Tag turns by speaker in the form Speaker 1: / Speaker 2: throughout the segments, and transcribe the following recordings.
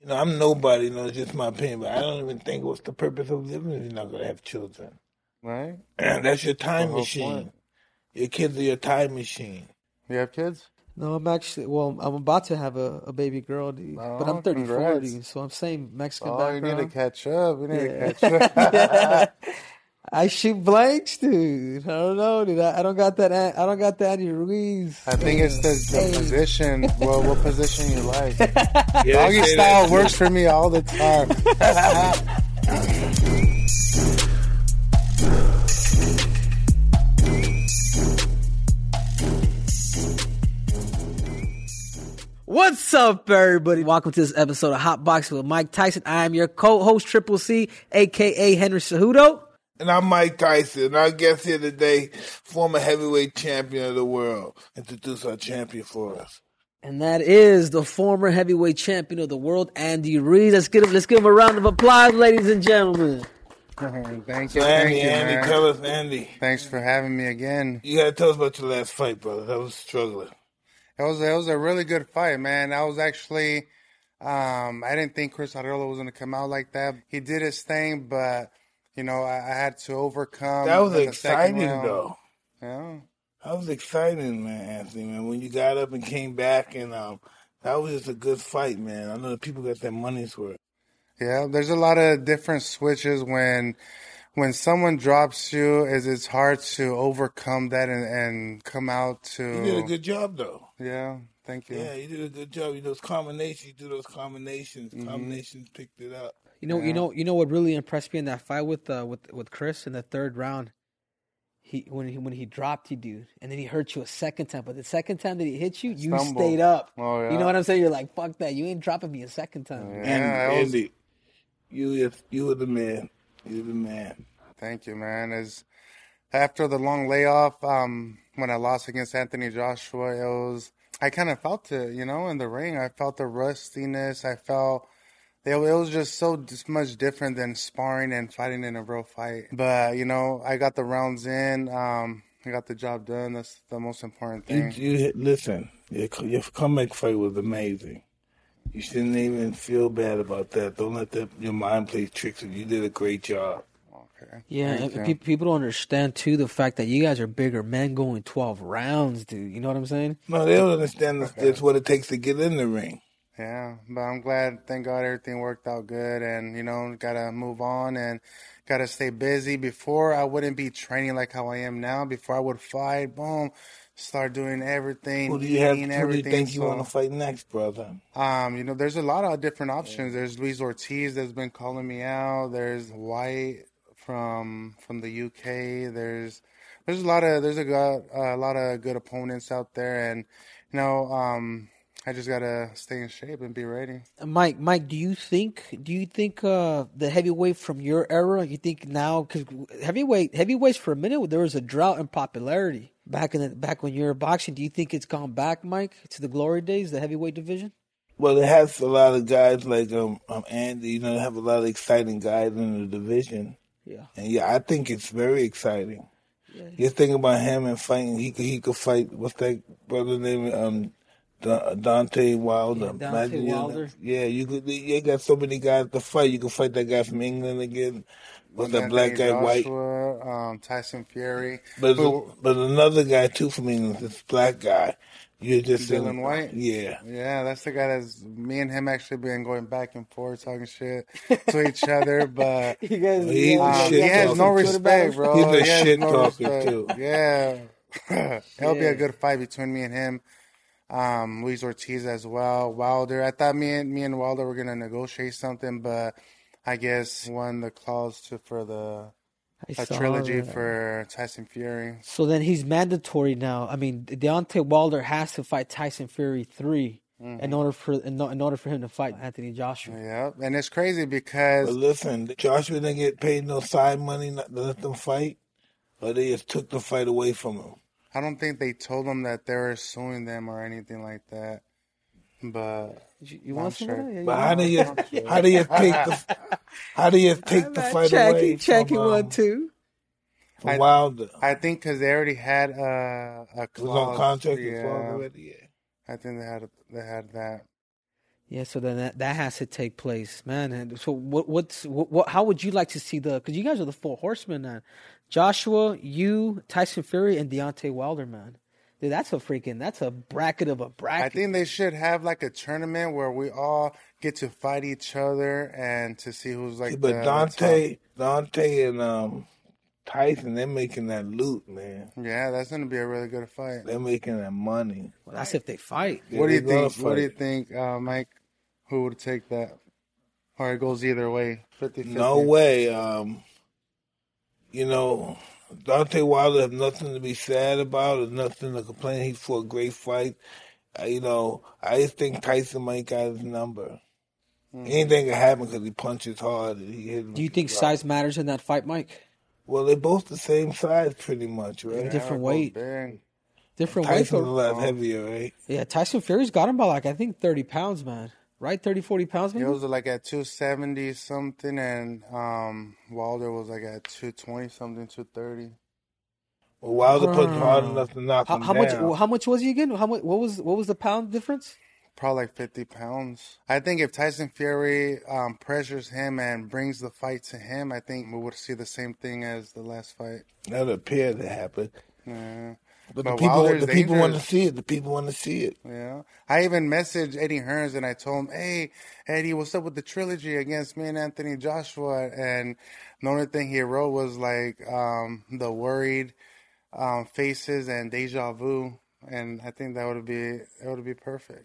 Speaker 1: You know, I'm nobody. You know, it's just my opinion. But I don't even think what's the purpose of living if you're not gonna have children.
Speaker 2: right?
Speaker 1: That's your
Speaker 2: The
Speaker 1: time
Speaker 2: whole
Speaker 1: machine.
Speaker 2: point.
Speaker 1: Your kids are your time machine.
Speaker 2: You have kids?
Speaker 3: No, I'm actually well. I'm about to have a, a baby girl, dude, but I'm
Speaker 2: Oh,
Speaker 3: 30,
Speaker 2: congrats.
Speaker 3: 40, so I'm saying Mexican
Speaker 2: Oh, you need to
Speaker 3: background.
Speaker 2: catch up. You need
Speaker 3: Yeah,
Speaker 2: to catch
Speaker 3: yeah.
Speaker 2: up.
Speaker 3: I shoot blanks, dude. I don't know, dude. I, I don't got that. An- I don't got that Andy Ruiz
Speaker 2: I think it's
Speaker 3: uh,
Speaker 2: the, the
Speaker 3: age.
Speaker 2: position. Well, what position you like?
Speaker 1: Yeah, they
Speaker 2: Doggy
Speaker 1: say that
Speaker 2: style
Speaker 1: too.
Speaker 2: works for me all the time.
Speaker 3: What's up, everybody? Welcome to this episode of Hot Box with Mike Tyson. I am your co-host Triple C, aka Henry Cejudo.
Speaker 1: And I'm Mike Tyson. And our guest here today, former heavyweight champion of the world. Introduce our champion for us.
Speaker 3: And that is the former heavyweight champion of the world, Andy Ruiz. Let's give him, let's give him a round of applause, ladies and gentlemen.
Speaker 2: thank you,
Speaker 1: So
Speaker 2: thank
Speaker 1: Andy,
Speaker 2: you,
Speaker 1: Andy,
Speaker 2: man.
Speaker 1: tell us, Andy.
Speaker 2: Thanks for having me again.
Speaker 1: You gotta tell us about your last fight, brother. That was struggling.
Speaker 2: That was that was a really good fight, man. I was actually, um, I didn't think Chris Arreola was going to come out like that. He did his thing, but you know, I, I had to overcome.
Speaker 1: That was
Speaker 2: in the Um, second
Speaker 1: exciting,
Speaker 2: round.
Speaker 1: though.
Speaker 2: Yeah.
Speaker 1: That was exciting, man, Anthony. Man, when you got up and came back, and um, that was just a good fight, man. I know the people got their money's worth.
Speaker 2: Yeah, there's a lot of different switches when when someone drops you is it's hard to overcome that and, and come out
Speaker 1: You did a
Speaker 2: to
Speaker 1: good job, though.
Speaker 2: Mm-hmm. yeah, thank you.
Speaker 1: Yeah, you did a good job. You those combinations, you do those combinations.
Speaker 2: Mm-hmm.
Speaker 1: Combinations picked it up.
Speaker 3: You know, you know, you know what really impressed me in that fight with uh, with with Chris in the third round. He when he when he dropped you, dude, and then he hurt you a second time. But the second time that he hit you, you
Speaker 2: Stumbled.
Speaker 3: stayed up.
Speaker 2: Oh, yeah.
Speaker 3: You know what I'm saying? You're like, fuck that. You ain't dropping me a second time.
Speaker 2: Yeah,
Speaker 1: And
Speaker 2: that was-
Speaker 1: Andy, you is- you were the man. You the man.
Speaker 2: thank you, man. Is after the long layoff, um, when I lost against Anthony Joshua, it was I kind of felt it, you know, in the ring. I felt the rustiness. I felt it, it was just so dis- much different than sparring and fighting in a real fight. But you know, I got the rounds in. Um, I got the job done. That's the most important
Speaker 1: You,
Speaker 2: thing.
Speaker 1: you listen. Your, co- your comeback fight was amazing. You shouldn't even feel bad about that. Don't let that your mind play tricks. with You You did a great job.
Speaker 2: Okay.
Speaker 3: Yeah,
Speaker 2: Thank
Speaker 3: and
Speaker 2: you.
Speaker 3: pe- people don't understand too the fact that you guys are bigger men going 12 rounds, dude. You know what I'm saying?
Speaker 1: No, they don't understand that's, that's what it takes to get in the ring.
Speaker 2: Yeah, but I'm glad. Thank God everything worked out good, and you know, gotta move on and gotta stay busy. Before I wouldn't be training like how I am now. Before I would fight, boom, start doing everything,
Speaker 1: Who do you have?
Speaker 2: eating
Speaker 1: Who do you
Speaker 2: everything.
Speaker 1: think you
Speaker 2: so,
Speaker 1: want to fight next, brother?
Speaker 2: um, you know, there's a lot of different options. There's Luis Ortiz that's been calling me out. There's White from from the UK. There's there's a lot of there's a, go- a lot of good opponents out there, and you know, um, I just gotta stay in shape and be ready.
Speaker 3: Mike, Mike, do you think do you think uh the heavyweight from your era? You think now because heavyweight heavyweights for a minute there was a drought in popularity back in the, back when you were boxing. Do you think it's gone back, Mike, to the glory days, the heavyweight division?
Speaker 1: Well, it has a lot of guys like um, um Andy. You know, they have a lot of exciting guys in the division,
Speaker 3: Yeah,
Speaker 1: and yeah, I think it's very exciting. Just think about him and fighting. He could he could fight. What's that brother name? Um, Da- Dante Wilder.
Speaker 3: Yeah, Dante
Speaker 1: Imagine you-
Speaker 3: Wilder.
Speaker 1: Yeah, you could. You got so many guys to fight. You could fight that guy from England again. What's that black guy?
Speaker 2: Anthony
Speaker 1: White.
Speaker 2: Joshua, um, Tyson Fury,
Speaker 1: But
Speaker 2: Who-
Speaker 1: but another guy too from England, this black guy. You're just in-
Speaker 2: Dylan White.
Speaker 1: Yeah.
Speaker 2: Yeah, that's the guy that's me and him actually been going back and forth talking shit to each other, but
Speaker 3: you guys.
Speaker 1: Well, he's
Speaker 2: um,
Speaker 1: a
Speaker 2: he
Speaker 1: Oh, shit
Speaker 2: has no
Speaker 1: talker.
Speaker 2: respect, bro.
Speaker 1: He's a
Speaker 2: He has
Speaker 1: shit
Speaker 2: no
Speaker 1: talker,
Speaker 2: respect.
Speaker 1: too.
Speaker 2: Yeah, it'll be
Speaker 3: Yeah.
Speaker 2: a good fight between me and him. Um, Luis Ortiz as well, Wilder. I thought me and me and Wilder were gonna negotiate something, but I guess won the clause to for the
Speaker 3: I
Speaker 2: a
Speaker 3: saw
Speaker 2: trilogy
Speaker 3: that.
Speaker 2: for Tyson Fury.
Speaker 3: So then he's mandatory now. I mean, Deontay Wilder has to fight Tyson Fury 3 in order for in, in order for him to fight Anthony Joshua.
Speaker 2: Yeah, and it's crazy
Speaker 1: But
Speaker 2: because
Speaker 1: listen, Joshua didn't get paid no side money not to let them fight, or they just took the fight away from him.
Speaker 2: I don't think they told them that they were suing them or anything like that. But
Speaker 3: You, you want some of
Speaker 2: sure.
Speaker 3: that? Yeah, you
Speaker 1: But
Speaker 3: want-
Speaker 1: how do you how do you take the how do you take the fight away from, um,
Speaker 3: two.
Speaker 1: from Wilder?
Speaker 2: I think because they already had a a
Speaker 1: It was on
Speaker 2: clause.
Speaker 1: contract with
Speaker 2: yeah,
Speaker 1: Wilder already. Yeah.
Speaker 2: I think they had they had that.
Speaker 3: Yeah, so then that, that has to take place, man. And so what what's what, what how would you like to see the cuz you guys are the four horsemen now. Joshua, you, Tyson Fury and Deontay Wilder, man. Dude, that's a freaking that's a bracket of a bracket.
Speaker 2: I think they should have like a tournament where we all get to fight each other and to see who's like.
Speaker 1: But
Speaker 2: the
Speaker 1: Dante, Dante, and um, Tyson, they're making that loot, man.
Speaker 2: top. Yeah, that's gonna be a really good fight.
Speaker 1: They're making that money.
Speaker 3: Well, that's if they fight.
Speaker 1: Yeah,
Speaker 2: what do you
Speaker 1: they're gonna
Speaker 2: think? What do you
Speaker 1: fight.
Speaker 2: think, uh, Mike? Who would take that? Or it goes either way. 50
Speaker 1: No way. Um, you know, Dante Wilder have nothing to be sad about or nothing to complain. He fought a great fight. Uh, you know, I just think Tyson might got his number. Anything can happen because he punches hard and he hits.
Speaker 3: Mm-hmm. Do you think size matters in that fight, Mike?
Speaker 1: Well, they're both the same size, pretty much, right?
Speaker 3: Different weight. Different weight.
Speaker 1: Tyson's a
Speaker 3: though.
Speaker 1: lot heavier, right?
Speaker 3: Yeah, Tyson Fury's got him by like I think 30 pounds, man. Right? 30 40 pounds
Speaker 2: It
Speaker 3: maybe.
Speaker 2: was like at 270 something, and um, Wilder was like at 220 something, 230.
Speaker 1: Well, Wilder punched hard
Speaker 3: Hmm.
Speaker 1: enough to knock
Speaker 3: How,
Speaker 1: him
Speaker 3: how much
Speaker 1: down.
Speaker 3: how much was he again? How much what was what was the pound difference?
Speaker 2: Probably like 50 pounds. I think if Tyson Fury um, pressures him and brings the fight to him, I think we would see the same thing as the last fight.
Speaker 1: that appeared to happen.
Speaker 2: Yeah.
Speaker 1: But, the
Speaker 2: But
Speaker 1: people,
Speaker 2: Wilder's
Speaker 1: the people want to
Speaker 2: dangerous.
Speaker 1: see it. The people want to see it.
Speaker 2: Yeah. I even messaged Eddie Hearns and I told him, Hey, Eddie, what's up with the trilogy against me and Anthony Joshua? And the only thing he wrote was like um, the worried um, faces and deja vu. And I think that would be that would be perfect.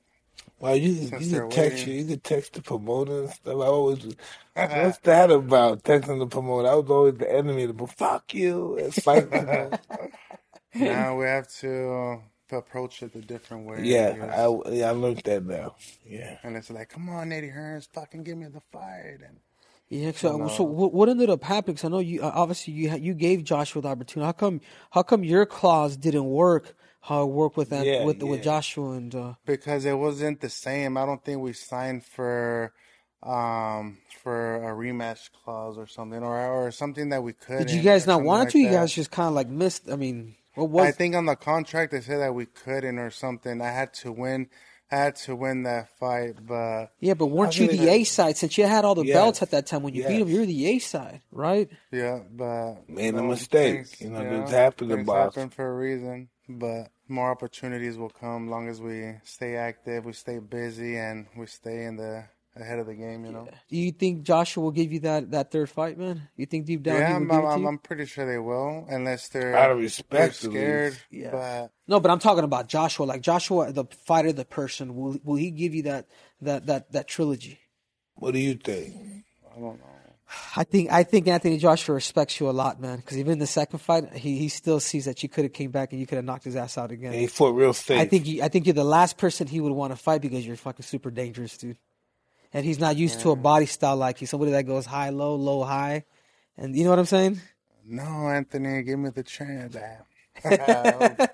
Speaker 1: Well, you you
Speaker 2: Since they're
Speaker 1: can text
Speaker 2: waiting.
Speaker 1: you, you can text the promoter and stuff. I always, what's that about? Texting the promoter. I was always the enemy. The fuck you. and fight people.
Speaker 2: now we have to approach it a different way. I
Speaker 1: yeah,
Speaker 2: guess.
Speaker 1: I yeah, I learned that now. Yeah,
Speaker 2: and it's like, come on, Eddie Hearns, fucking give me the fight. And
Speaker 3: Yeah, so,
Speaker 1: uh,
Speaker 3: so what, what ended up happening? 'Cause I know you uh, obviously you ha- you gave Joshua the opportunity. How come how come your clause didn't work? How it worked with that,
Speaker 1: Yeah,
Speaker 3: with with
Speaker 1: yeah.
Speaker 3: Joshua and uh,
Speaker 2: because it wasn't the same. I don't think we signed for um for a rematch clause or something or or something that we could.
Speaker 3: did you guys not want to?
Speaker 2: Like
Speaker 3: you
Speaker 2: that.
Speaker 3: guys just kind of like missed. I mean, what
Speaker 2: I
Speaker 3: was?
Speaker 2: think on the contract they said that we couldn't or something. I had to win. I had to win that fight, but
Speaker 3: yeah, but weren't you
Speaker 1: think
Speaker 3: the
Speaker 1: that-
Speaker 3: A side since you had all the
Speaker 1: Yes,
Speaker 3: belts at that time when you beat him?
Speaker 1: yes.
Speaker 3: You were the A side, right?
Speaker 2: yeah, but
Speaker 1: Made a
Speaker 2: um,
Speaker 1: mistake. You know, things happen in
Speaker 2: things
Speaker 1: boxing.
Speaker 2: happen for a reason. But more opportunities will come long as we stay active, we stay busy, and we stay in the ahead of the game. You know.
Speaker 3: Do you think Joshua will give you that that third fight, man? You think deep down?
Speaker 2: Yeah,
Speaker 3: he would
Speaker 2: I'm,
Speaker 3: give it
Speaker 2: I'm,
Speaker 3: to
Speaker 2: I'm,
Speaker 3: you?
Speaker 2: I'm pretty sure they will, unless they're
Speaker 1: out of
Speaker 2: they're
Speaker 1: respect, at least.
Speaker 2: scared.
Speaker 3: Yeah.
Speaker 2: But
Speaker 3: No, but I'm talking about Joshua. Like Joshua, the fighter, the person. Will will he give you that that that that trilogy?
Speaker 1: What do you think?
Speaker 2: I don't know.
Speaker 3: I think I think Anthony Joshua respects you a lot, man. Because even in the second fight, he, he still sees that you could have came back and you could have knocked his ass out again.
Speaker 1: And he fought real safe.
Speaker 3: I think you, I think you're the last person he would want to fight because you're fucking super dangerous, dude. And he's not used to a body style like you. Somebody that goes high, low, low, high, and you know what I'm saying.
Speaker 2: No, Anthony, give me the chance.
Speaker 3: I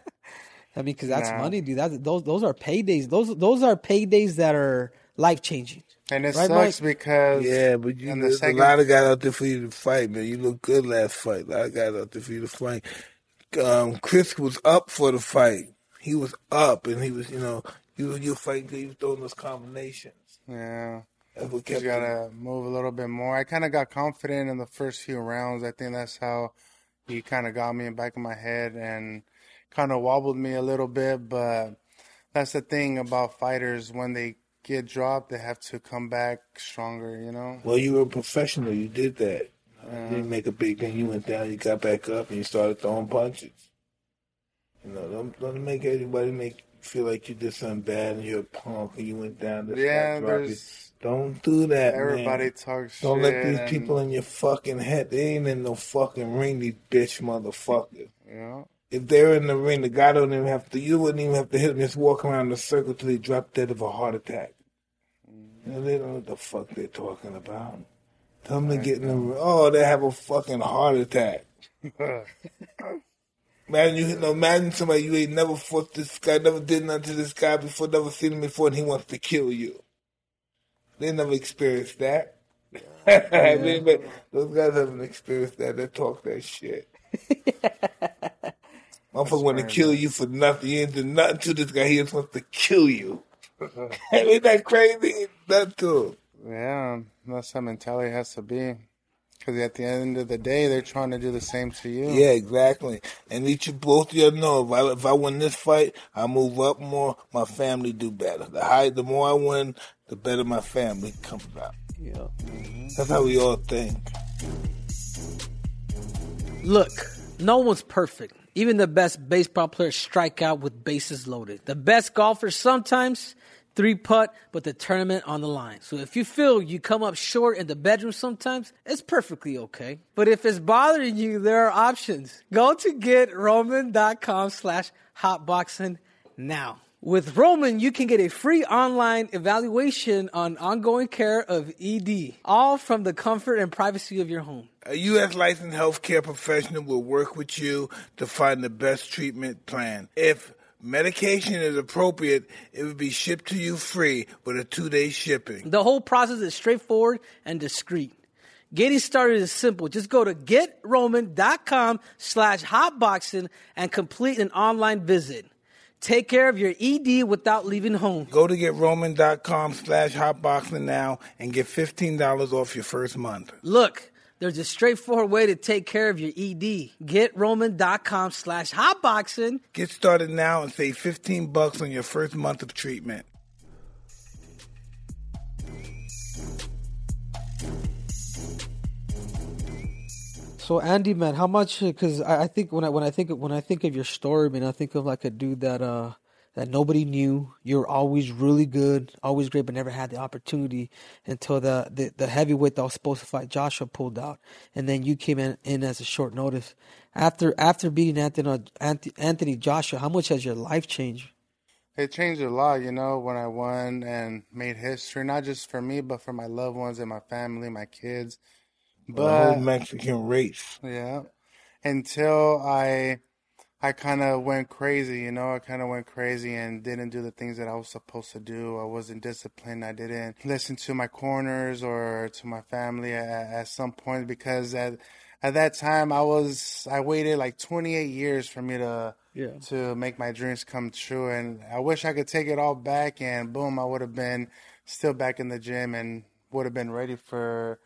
Speaker 3: mean, because that's
Speaker 2: Nah.
Speaker 3: money, dude. That's, those those are paydays. Those those are paydays that are life changing.
Speaker 2: and it
Speaker 3: Right,
Speaker 2: sucks because
Speaker 1: Yeah, but you
Speaker 2: and the
Speaker 1: there's
Speaker 2: second-
Speaker 1: a lot of guys out there for you to fight, man. You look good last fight. A lot of guys out there for you to fight. Um, Chris was up for the fight. He was up, and he was, you know, you you fight. He was throwing those combinations.
Speaker 2: yeah,
Speaker 1: That's what
Speaker 2: you
Speaker 1: kept him.
Speaker 2: gotta move a little bit more. I kind of got confident in the first few rounds. I think that's how he kind of got me in back of my head and kind of wobbled me a little bit. But that's the thing about fighters when they get dropped, they have to come back stronger. You know.
Speaker 1: Well, you were a professional. You did that.
Speaker 2: Uh-huh.
Speaker 1: you didn't make a big thing. You went down. You got back up, and you started throwing punches. You know, don't don't make anybody make feel like you did something bad and you're a punk and you went down. This guy
Speaker 2: Yeah,
Speaker 1: dropped you.
Speaker 2: there's
Speaker 1: Don't do that, man.
Speaker 2: everybody talks.
Speaker 1: Don't
Speaker 2: shit
Speaker 1: let these
Speaker 2: and,
Speaker 1: people in your fucking head. They ain't in no fucking ring, these bitch motherfuckers.
Speaker 2: You know,
Speaker 1: If they're in the ring, the guy don't even have to. You wouldn't even have to hit him. Just walk around in a circle till he drop dead of a heart attack. You know, they don't know what the fuck they're talking about. Tell them to get in the ring. Oh, they have a fucking heart attack. Imagine you, you know, imagine somebody you ain't never fought this guy, never did nothing to this guy before, never seen him before, and he wants to kill you. They never experienced that. They never- those guys haven't experienced that. They talk that shit. Motherfucker want to kill you for nothing. You ain't did nothing to this guy. He just wants to kill you. Ain't that crazy? That too.
Speaker 2: Yeah, that's how mentality has to be. Because at the end of the day, they're trying to do the same to you.
Speaker 1: Yeah, exactly. And each of both of you know, if I if I win this fight, I move up more. My family do better. The higher, the more I win, the better my family comes out.
Speaker 3: Yeah.
Speaker 1: That's how we all think.
Speaker 3: Look, no one's perfect. Even the best baseball players strike out with bases loaded. The best golfers sometimes three putt, but the tournament on the line. So if you feel you come up short in the bedroom sometimes, it's perfectly okay. But if it's bothering you, there are options. Go to getroman.com slash hotboxing now. With Roman, you can get a free online evaluation on ongoing care of ED, all from the comfort and privacy of your home.
Speaker 1: A U.S. licensed healthcare professional will work with you to find the best treatment plan. If medication is appropriate, it will be shipped to you free with a two day shipping.
Speaker 3: The whole process is straightforward and discreet. Getting started is simple. Just go to getroman.com slash hotboxing and complete an online visit. Take care of your ED without leaving home.
Speaker 1: Go to getroman.com slash hotboxing now and get $15 off your first month.
Speaker 3: Look, there's a straightforward way to take care of your ED. GetRoman.com slash hotboxing.
Speaker 1: Get started now and save 15 bucks on your first month of treatment.
Speaker 3: So Andy, man, how much? Because I, I think when I when I think when I think of your story, man, I think of like a dude that uh that nobody knew. You're always really good, always great, but never had the opportunity until the the, the heavyweight that was supposed to fight Joshua pulled out, and then you came in, in as a short notice. After after beating Anthony Anth- Anthony Joshua, how much has your life changed?
Speaker 2: It changed a lot, you know, when I won and made history, not just for me, but for my loved ones and my family, my kids.
Speaker 1: the
Speaker 2: But
Speaker 1: whole Mexican race.
Speaker 2: Yeah. Until I I kind of went crazy, you know, I kind of went crazy and didn't do the things that I was supposed to do. I wasn't disciplined. I didn't listen to my corners or to my family at, at some point because at at that time I was I waited like 28 years for me to
Speaker 3: Yeah.
Speaker 2: to make my dreams come true and I wish I could take it all back and boom, I would have been still back in the gym and would have been ready for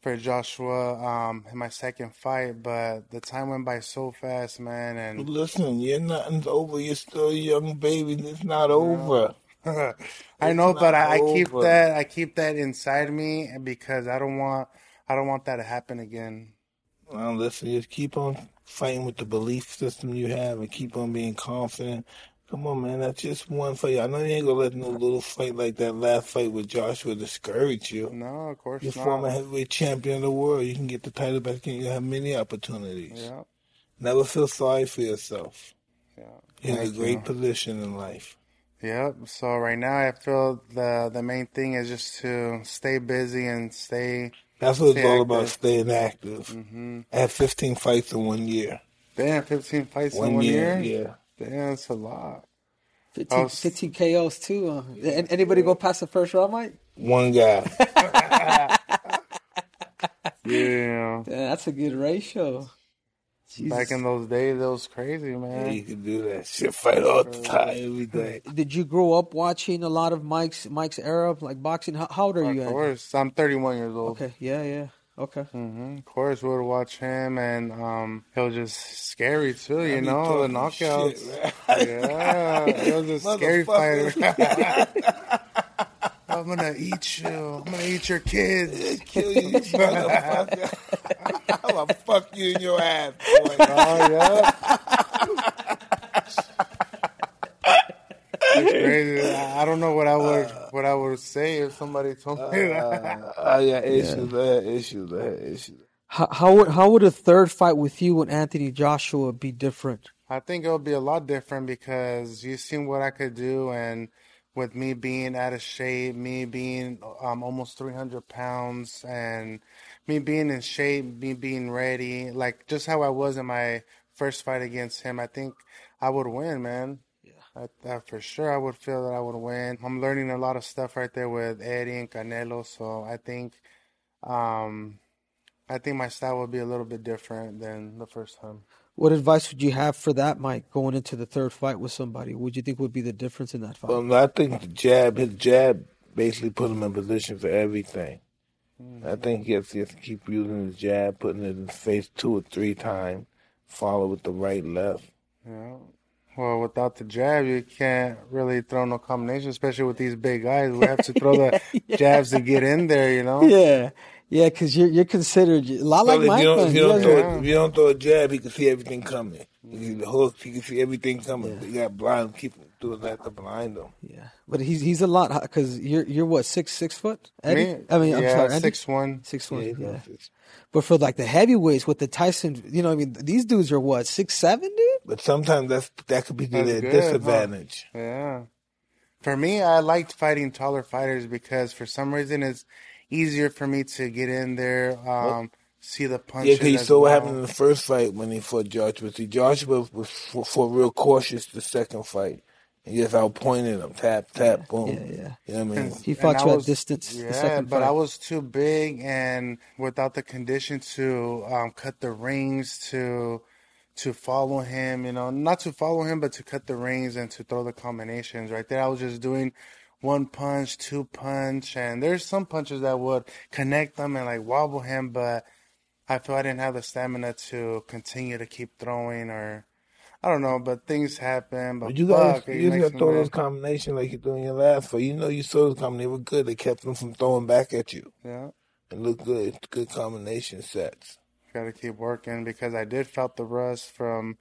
Speaker 2: for Joshua um, in my second fight, but the time went by so fast, man. And
Speaker 1: Listen, you're nothing's over. You're still a young baby. It's not over.
Speaker 2: I know,
Speaker 1: It's
Speaker 2: but
Speaker 1: not
Speaker 2: I, I keep
Speaker 1: over.
Speaker 2: that I keep that inside me because I don't want I don't want that to happen again.
Speaker 1: Well, listen, just keep on fighting with the belief system you have and keep on being confident. Come on, man, that's just one fight. I know you ain't gonna let no little fight like that last fight with Joshua discourage you.
Speaker 2: No, of course
Speaker 1: You're former
Speaker 2: not.
Speaker 1: heavyweight champion of the world. You can get the title back and you have many opportunities.
Speaker 2: Yeah,
Speaker 1: Never feel sorry for yourself.
Speaker 2: yeah.
Speaker 1: You're in a
Speaker 2: Thank you.
Speaker 1: great position in life.
Speaker 2: Yep. So right now, I feel the the main thing is just to stay busy and stay.
Speaker 1: That's what it's
Speaker 2: Stay
Speaker 1: all about,
Speaker 2: active.
Speaker 1: staying active.
Speaker 2: hmm
Speaker 1: I had 15 fights in one year.
Speaker 2: Damn, fifteen fights in
Speaker 1: One,
Speaker 2: one
Speaker 1: year,
Speaker 2: year.
Speaker 1: yeah.
Speaker 2: Damn, that's a lot.
Speaker 3: 15,
Speaker 2: Oh, s-
Speaker 3: 15 KOs too. Uh, an- anybody go past the first round, Mike?
Speaker 1: One guy.
Speaker 2: Yeah.
Speaker 3: Yeah, that's a good ratio.
Speaker 2: Back
Speaker 3: Jesus.
Speaker 2: in those days, it was crazy,
Speaker 1: Yeah, you
Speaker 2: man.
Speaker 1: can do that shit. Fight all the time, every day.
Speaker 3: Did you grow up watching a lot of Mike's Mike's era, of, like boxing? How, how old are
Speaker 2: Of
Speaker 3: you? Andy?
Speaker 2: course, I'm 31 years old.
Speaker 3: Okay. Yeah. Yeah. Okay.
Speaker 2: hmm Of course, we would watch him, and um, it was just scary too,
Speaker 1: I
Speaker 2: you
Speaker 1: be
Speaker 2: know, the
Speaker 1: talking shit,
Speaker 2: Oh, knockouts.
Speaker 1: man.
Speaker 2: Yeah, it was a scary fighter.
Speaker 1: Motherfucker.
Speaker 2: I'm gonna eat you. I'm gonna eat your kids.
Speaker 1: Kill you, you motherfucker. I'm gonna fuck you in your ass, boy.
Speaker 2: Oh yeah. It's crazy. I I don't know what I would
Speaker 1: Uh,
Speaker 2: what I would say if somebody told me that.
Speaker 1: I got Oh, issues, I got issues, I got issues.
Speaker 3: How, how would how would a third fight with you and Anthony Joshua be different?
Speaker 2: I think it'll be a lot different because you've seen what I could do, and with me being out of shape, me being um, almost 300 pounds, and me being in shape, me being ready, like just how I was in my first fight against him, I think I would win, man. I, I for sure I would feel that I would win. I'm learning a lot of stuff right there with Eddie and Canelo, so I think um, I think my style would be a little bit different than the first time.
Speaker 3: What advice would you have for that, Mike, going into the third fight with somebody? What do you think would be the difference in that fight?
Speaker 1: Well, Um, I think the jab, his jab, basically put him in position for everything.
Speaker 3: Mm-hmm.
Speaker 1: I think he has, he has to keep using his jab, putting it in his face two or three times, follow with the right left.
Speaker 2: Yeah. Well, without the jab, you can't really throw no combination, especially with these big guys. We have to throw the jabs to get in there, you know?
Speaker 3: yeah, yeah, because you're you're considered a lot
Speaker 1: But
Speaker 3: like
Speaker 1: if,
Speaker 3: Mike.
Speaker 1: you don't,
Speaker 3: man.
Speaker 1: if,
Speaker 3: He
Speaker 1: you don't
Speaker 3: doesn't- Mm-hmm.
Speaker 1: throw,
Speaker 2: Yeah.
Speaker 1: if you don't throw a jab, he can see everything coming. He can see the hooks, he can see everything coming. But you got blind, keep doing that to blind him.
Speaker 3: Yeah, but he's he's a lot because you're you're what six six foot? Eddie?
Speaker 2: Me?
Speaker 3: I mean, I'm
Speaker 2: yeah,
Speaker 3: sorry, Eddie?
Speaker 2: six one.
Speaker 3: six
Speaker 1: Yeah,
Speaker 3: one.
Speaker 1: he
Speaker 3: Yeah,
Speaker 2: Mm-hmm.
Speaker 1: knows this.
Speaker 3: but for like the heavyweights with the Tyson, you know, what I mean, these dudes are what six seven, dude.
Speaker 1: But sometimes that's that could be to
Speaker 2: That's
Speaker 1: their
Speaker 2: good, huh?
Speaker 1: disadvantage.
Speaker 2: Yeah. For me, I liked fighting taller fighters because for some reason it's easier for me to get in there, um, see the punches.
Speaker 1: Yeah, because you
Speaker 2: as
Speaker 1: saw what
Speaker 2: well.
Speaker 1: happened in the first fight when he fought Joshua. See, Joshua was for, for real cautious the second fight. He just outpointed him, tap, tap, boom.
Speaker 3: yeah, yeah.
Speaker 1: You know what I mean?
Speaker 3: He
Speaker 2: And
Speaker 3: fought
Speaker 2: I
Speaker 3: you at
Speaker 2: was-
Speaker 3: distance. the
Speaker 2: Yeah,
Speaker 3: second
Speaker 2: but I
Speaker 3: fight.
Speaker 2: was too big and without the condition to um, cut the rings to to follow him. You know, not to follow him, but to cut the rings and to throw the combinations. Right there, I was just doing one punch, two punch, and there's some punches that would connect them and like wobble him, but I feel I didn't have the stamina to continue to keep throwing or. I don't know, but things happen. But
Speaker 1: But you got
Speaker 2: fuck, it
Speaker 1: you
Speaker 2: makes
Speaker 1: got to
Speaker 2: me
Speaker 1: throw
Speaker 2: mad.
Speaker 1: those combinations like you threw in your last fight. You know you saw those combinations they were good. They kept them from throwing back at you.
Speaker 2: Yeah.
Speaker 1: It looked good. Good combination sets.
Speaker 2: gotta keep working because I did felt the rust from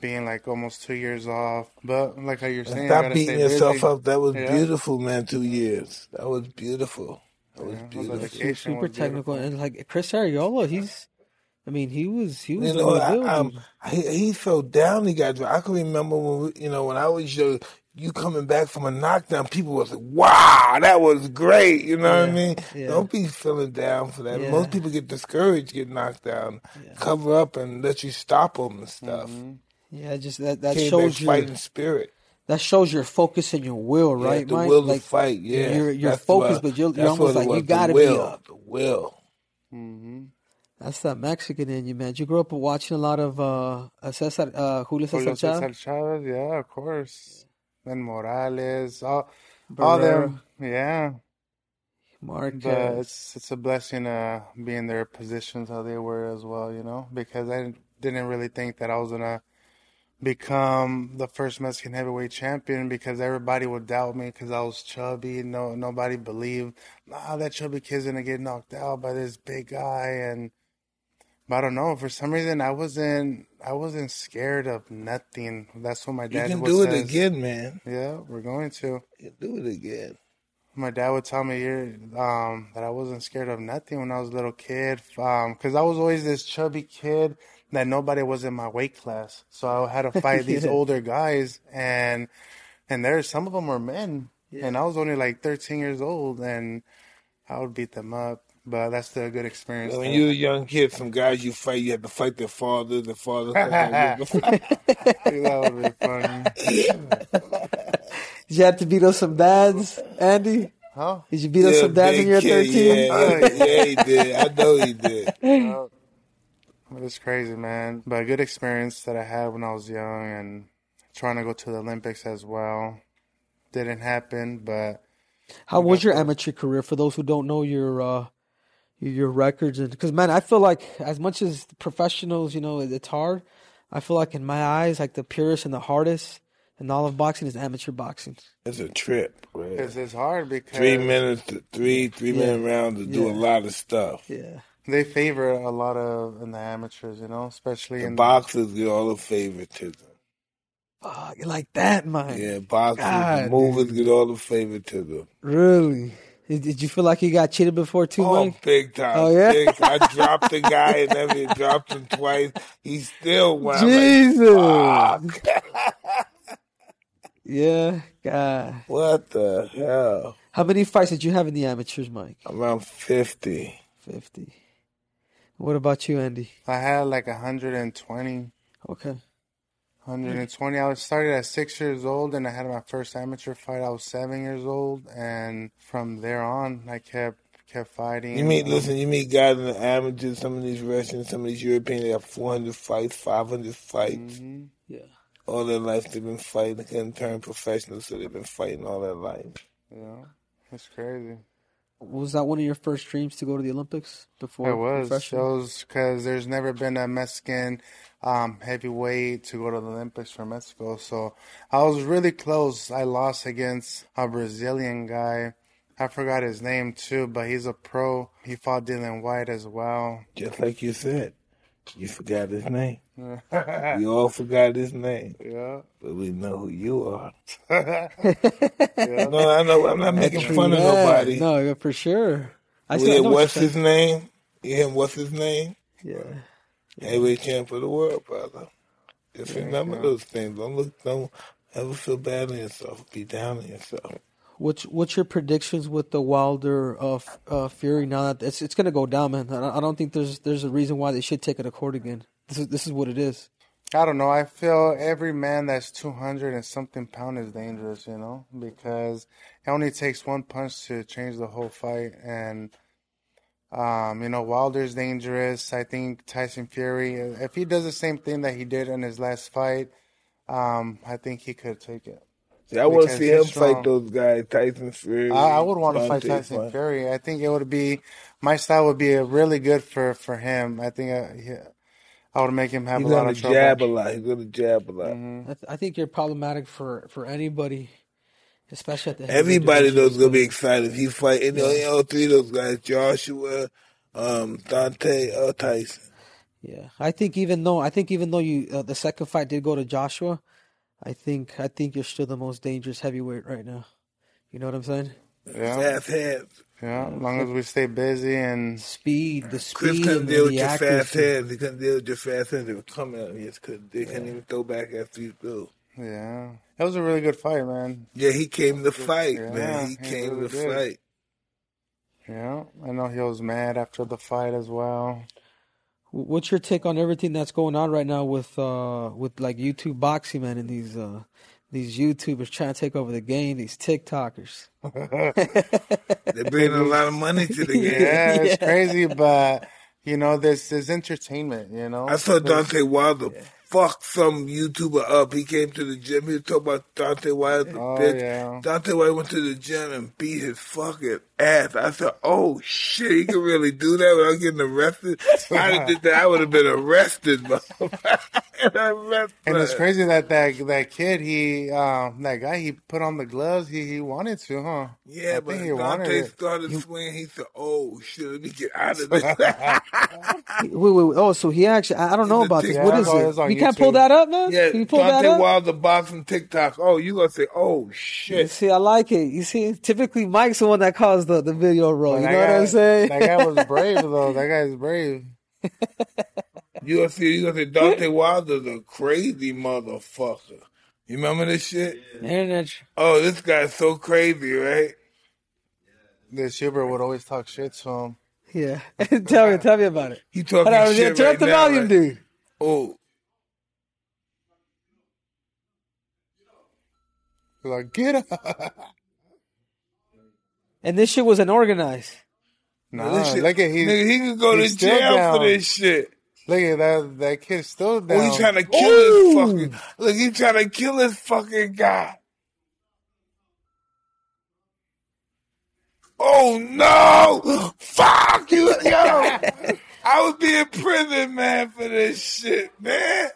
Speaker 2: being like almost two years off. But like how you're saying, I
Speaker 1: Stop
Speaker 2: gotta
Speaker 1: beating
Speaker 2: stay
Speaker 1: yourself
Speaker 2: busy.
Speaker 1: up. That was
Speaker 2: Yeah.
Speaker 1: beautiful, man. Two years. That was beautiful. That was
Speaker 2: Yeah, it was
Speaker 1: beautiful.
Speaker 2: dedication.
Speaker 3: He was super
Speaker 2: was
Speaker 3: technical
Speaker 2: beautiful.
Speaker 3: and like Chris Ariola, he's. I mean, he was he was
Speaker 1: You
Speaker 3: the
Speaker 1: know,
Speaker 3: real
Speaker 1: I,
Speaker 3: deal.
Speaker 1: um,
Speaker 3: dude.
Speaker 1: he, he fell down. He got. dr- I can remember when we, you know when I was young, you coming back from a knockdown. People was like, "Wow, that was great." You know what I
Speaker 3: Yeah,
Speaker 1: mean?
Speaker 3: yeah.
Speaker 1: Don't be feeling down for that.
Speaker 3: Yeah.
Speaker 1: Most people get discouraged, get knocked down,
Speaker 3: Yeah.
Speaker 1: cover up, and let you stop them and stuff.
Speaker 3: Yeah, just that that
Speaker 1: Came
Speaker 3: shows
Speaker 1: back
Speaker 3: you
Speaker 1: fighting spirit.
Speaker 3: that shows your focus and your will,
Speaker 1: Yeah,
Speaker 3: right,
Speaker 1: the
Speaker 3: Mike?
Speaker 1: will
Speaker 3: like
Speaker 1: to fight. Yeah,
Speaker 3: you're you're
Speaker 1: That's
Speaker 3: focused,
Speaker 1: what-
Speaker 3: but you're, you're
Speaker 1: that's
Speaker 3: almost
Speaker 1: what it
Speaker 3: like
Speaker 1: was,
Speaker 3: you
Speaker 1: the
Speaker 3: got to be
Speaker 1: will,
Speaker 3: up.
Speaker 1: The will.
Speaker 2: Mm-hmm.
Speaker 3: That's that Mexican in you, man. Did you grow up watching a lot of uh, uh, Cesar, uh, Julio Cesar
Speaker 2: Julio
Speaker 3: Chavez?
Speaker 2: Cesar Chavez, yeah, of course. Then Morales, all, all them, yeah. But
Speaker 3: Marquez.
Speaker 2: it's it's a blessing uh be in their positions how they were as well, you know, because I didn't really think that I was gonna become the first Mexican heavyweight champion because everybody would doubt me because I was chubby. No, nobody believed. Nah, that chubby kid's gonna get knocked out by this big guy. And but I don't know. For some reason, I wasn't. I wasn't scared of nothing. That's what my
Speaker 1: You
Speaker 2: dad
Speaker 1: can
Speaker 2: would
Speaker 1: do it
Speaker 2: says.
Speaker 1: again, man.
Speaker 2: Yeah, we're going to.
Speaker 1: You can do it again.
Speaker 2: My dad would tell me "You're- um, that I wasn't scared of nothing when I was a little kid, because I was always this chubby kid that nobody was in my weight class. So I had to fight these
Speaker 3: Yeah.
Speaker 2: older guys, and and there some of them were men, and I was only like 13 years old, and I would beat them up. But that's still a good experience.
Speaker 1: When
Speaker 2: to-
Speaker 1: you were a young kid, some guys you fight, you had to fight their father, the father. sometimes you had to fight.
Speaker 2: that would be funny.
Speaker 3: Did you have to beat up some dads, Andy?
Speaker 2: Huh?
Speaker 3: Did you beat up
Speaker 1: yeah,
Speaker 3: some dads when
Speaker 1: big
Speaker 3: you were
Speaker 1: kid.
Speaker 3: 13?
Speaker 1: Yeah,
Speaker 2: Oh,
Speaker 1: yeah, yeah, he did. I know he did.
Speaker 2: It was crazy, man. But a good experience that I had when I was young and trying to go to the Olympics as well. Didn't happen, but
Speaker 3: How
Speaker 2: we
Speaker 3: was
Speaker 2: got
Speaker 3: your
Speaker 2: the-
Speaker 3: amateur career? For those who don't know your uh, your your records, and because man, I feel like as much as professionals, you know, it- it's hard. I feel like in my eyes, like the purest and the hardest in all of boxing is amateur boxing.
Speaker 1: It's a trip. man.
Speaker 2: it's, it's hard because
Speaker 1: Three minutes, to three three
Speaker 3: Yeah.
Speaker 1: minute rounds to do a
Speaker 3: Yeah.
Speaker 1: lot of stuff.
Speaker 3: Yeah,
Speaker 2: they favor a lot of in the amateurs, you know, especially
Speaker 1: The
Speaker 2: in
Speaker 1: boxers get all the favoritism.
Speaker 3: Fuck, like that, man.
Speaker 1: Yeah, boxers, the
Speaker 3: God,
Speaker 1: movers
Speaker 3: dude.
Speaker 1: get all the favoritism.
Speaker 3: Really? Did, did you feel like you got cheated before too,
Speaker 1: Oh,
Speaker 3: Mike?
Speaker 1: big time.
Speaker 3: Oh, yeah?
Speaker 1: Big time. I dropped the guy and then he dropped him twice. He still went. I'm like,
Speaker 3: Jesus.
Speaker 1: fuck.
Speaker 3: Yeah, God.
Speaker 1: what the hell?
Speaker 3: How many fights did you have in the amateurs, Mike?
Speaker 1: Around 50.
Speaker 3: 50. What about you, Andy?
Speaker 2: I had like 120.
Speaker 3: Okay.
Speaker 2: 120. I was started at six years old, and I had my first amateur fight. I was seven years old, and from there on, I kept kept fighting.
Speaker 1: You meet,
Speaker 2: Um,
Speaker 1: listen, you meet guys in the amateurs, some of these Russians, some of these Europeans, they have 400 fights, 500 fights.
Speaker 3: Mm-hmm.
Speaker 2: mhm.
Speaker 3: Yeah.
Speaker 1: All their life they've been fighting. They couldn't turn professional, so they've been fighting all their life.
Speaker 2: Yeah, that's crazy.
Speaker 3: Was that one of your first dreams to go to the Olympics before?
Speaker 2: It was
Speaker 3: professional?
Speaker 2: shows because there's never been a Mexican um, heavyweight to go to the Olympics for Mexico. So I was really close. I lost against a Brazilian guy. I forgot his name too, but he's a pro. He fought Dylan White as well.
Speaker 1: Just like you said, you forgot his name.
Speaker 2: yeah.
Speaker 1: We all forgot his name,
Speaker 2: yeah.
Speaker 1: but we know who you are.
Speaker 2: Yeah.
Speaker 1: No, I know. I'm not making
Speaker 3: Actually,
Speaker 1: fun of
Speaker 3: yeah,
Speaker 1: nobody.
Speaker 3: No, yeah, for sure. I
Speaker 1: We
Speaker 3: still
Speaker 1: had
Speaker 3: know what
Speaker 1: what's
Speaker 3: you're
Speaker 1: his name? You hear what's his name?
Speaker 3: saying. Yeah.
Speaker 1: Heavyweight champ of the world, brother. Just remember
Speaker 2: yeah.
Speaker 1: those things. Don't look. Don't ever feel bad on yourself. Be down on yourself.
Speaker 3: What's what's your predictions with the Wilder uh, F- uh, Fury now that it's it's gonna go down, man? I don't- I don't think there's there's a reason why they should take it to court again. This is this is what it is.
Speaker 2: I don't know. I feel every man that's 200 and something pound is dangerous, you know, because it only takes one punch to change the whole fight. And, um, you know, Wilder's dangerous. I think Tyson Fury, if he does the same thing that he did in his last fight, um, I think he could take it.
Speaker 1: See, I want to
Speaker 2: Because
Speaker 1: see
Speaker 2: he's
Speaker 1: him
Speaker 2: strong.
Speaker 1: fight those guys, Tyson Fury.
Speaker 2: I, I would want to fight
Speaker 1: Deontay
Speaker 2: Tyson
Speaker 1: Wilder.
Speaker 2: Fury. I think it would be my style would be really good for for him. I think I, he, I would make him have
Speaker 1: He's
Speaker 2: a lot
Speaker 1: gonna
Speaker 2: of trouble.
Speaker 1: jab a lot. He's gonna jab a lot.
Speaker 2: Mhm.
Speaker 3: I, th- I think you're problematic for for anybody, especially at the heavyweight
Speaker 1: Everybody
Speaker 3: division.
Speaker 1: knows gonna be excited if he fight any
Speaker 3: Yeah.
Speaker 1: all three of those guys: Joshua, um, Dante, or Tyson.
Speaker 3: Yeah, I think even though I think even though you uh, the second fight did go to Joshua, I think I think you're still the most dangerous heavyweight right now. You know what I'm saying?
Speaker 2: Yeah.
Speaker 1: Fast hands.
Speaker 2: Yeah, as long as we stay busy and
Speaker 3: Speed, the
Speaker 1: Chris
Speaker 3: speed,
Speaker 1: couldn't
Speaker 3: and,
Speaker 1: deal
Speaker 3: and
Speaker 1: with
Speaker 3: the
Speaker 1: your fast
Speaker 3: accuracy.
Speaker 1: hands. He couldn't deal with your fast hands. They were coming at him. He just couldn't, they couldn't even throw back after he threw.
Speaker 2: yeah, that was a really good fight, man.
Speaker 1: Yeah, he came to fight,
Speaker 2: Yeah,
Speaker 1: man. He
Speaker 2: he
Speaker 1: came
Speaker 2: really
Speaker 1: to
Speaker 2: did.
Speaker 1: fight.
Speaker 2: Yeah, I know he was mad after the fight as well.
Speaker 3: W- What's your take on everything that's going on right now with uh with like YouTube boxing man and these uh these YouTubers trying to take over the game, these TikTokers.
Speaker 1: They're bringing a lot of money to the game.
Speaker 2: Yeah, it's
Speaker 3: Yeah.
Speaker 2: crazy, but you know, there's there's entertainment. You know,
Speaker 1: I saw
Speaker 2: There's-
Speaker 1: Dante Wilder fuck some YouTuber up. He came to the gym. He was talking about Dante Wilder, the
Speaker 2: Oh
Speaker 1: bitch.
Speaker 2: yeah,
Speaker 1: Dante Wilder went to the gym and beat his fucking ass. I said, oh shit, he can really do that without getting arrested? I done did that, I would have been arrested, motherfucker. and I arrested.
Speaker 2: and it's crazy that that that kid, he um, that guy, he put on the gloves. He he wanted to, huh?
Speaker 1: Yeah,
Speaker 2: I
Speaker 1: but
Speaker 2: think he wanted
Speaker 1: Dante
Speaker 2: it.
Speaker 1: started swinging. He said, oh shit, let me get out of this.
Speaker 3: Wait, wait, wait. Oh, so he actually I I don't know
Speaker 1: He's a
Speaker 3: about this.
Speaker 1: TikTok-
Speaker 3: What
Speaker 1: Yeah,
Speaker 3: is
Speaker 2: I saw
Speaker 3: it?
Speaker 2: this on
Speaker 3: You can't pull
Speaker 2: YouTube.
Speaker 3: that up, man?
Speaker 1: Yeah,
Speaker 3: Can you pull that
Speaker 1: Dante
Speaker 3: up?
Speaker 1: Wilder boxing TikTok. Oh, you gonna say, oh
Speaker 3: You
Speaker 1: shit.
Speaker 3: see, I like it. You see, typically Mike's the one that caused the, the video roll.
Speaker 2: But
Speaker 3: You
Speaker 2: that
Speaker 3: know what
Speaker 2: guy-
Speaker 3: I'm saying?
Speaker 2: That guy was brave though. That guy's brave.
Speaker 1: You gonna see? You gonna say Dante Wilder's a crazy motherfucker? You remember this shit?
Speaker 3: Internet.
Speaker 1: Oh, this guy's so crazy, right?
Speaker 2: This Hubert would always talk shit to him.
Speaker 3: Yeah. tell me, tell me about it.
Speaker 1: He
Speaker 3: Hold
Speaker 1: talking
Speaker 3: on, yeah,
Speaker 1: shit
Speaker 3: turn
Speaker 1: right
Speaker 3: up the
Speaker 1: now.
Speaker 3: volume,
Speaker 1: right?
Speaker 3: dude.
Speaker 1: Oh,
Speaker 2: He's like, get up.
Speaker 3: And this shit wasn't organized.
Speaker 2: Nah,
Speaker 1: this shit,
Speaker 2: look at he.
Speaker 1: nigga, he could go to
Speaker 2: he's still
Speaker 1: jail
Speaker 2: down.
Speaker 1: for this shit.
Speaker 2: Look at that. That kid's still down.
Speaker 1: Oh, he trying to kill
Speaker 3: Ooh.
Speaker 1: his fucking. Look, he trying to kill his fucking guy. Oh no! Fuck you, yo! I would be in prison, man, for this shit, man.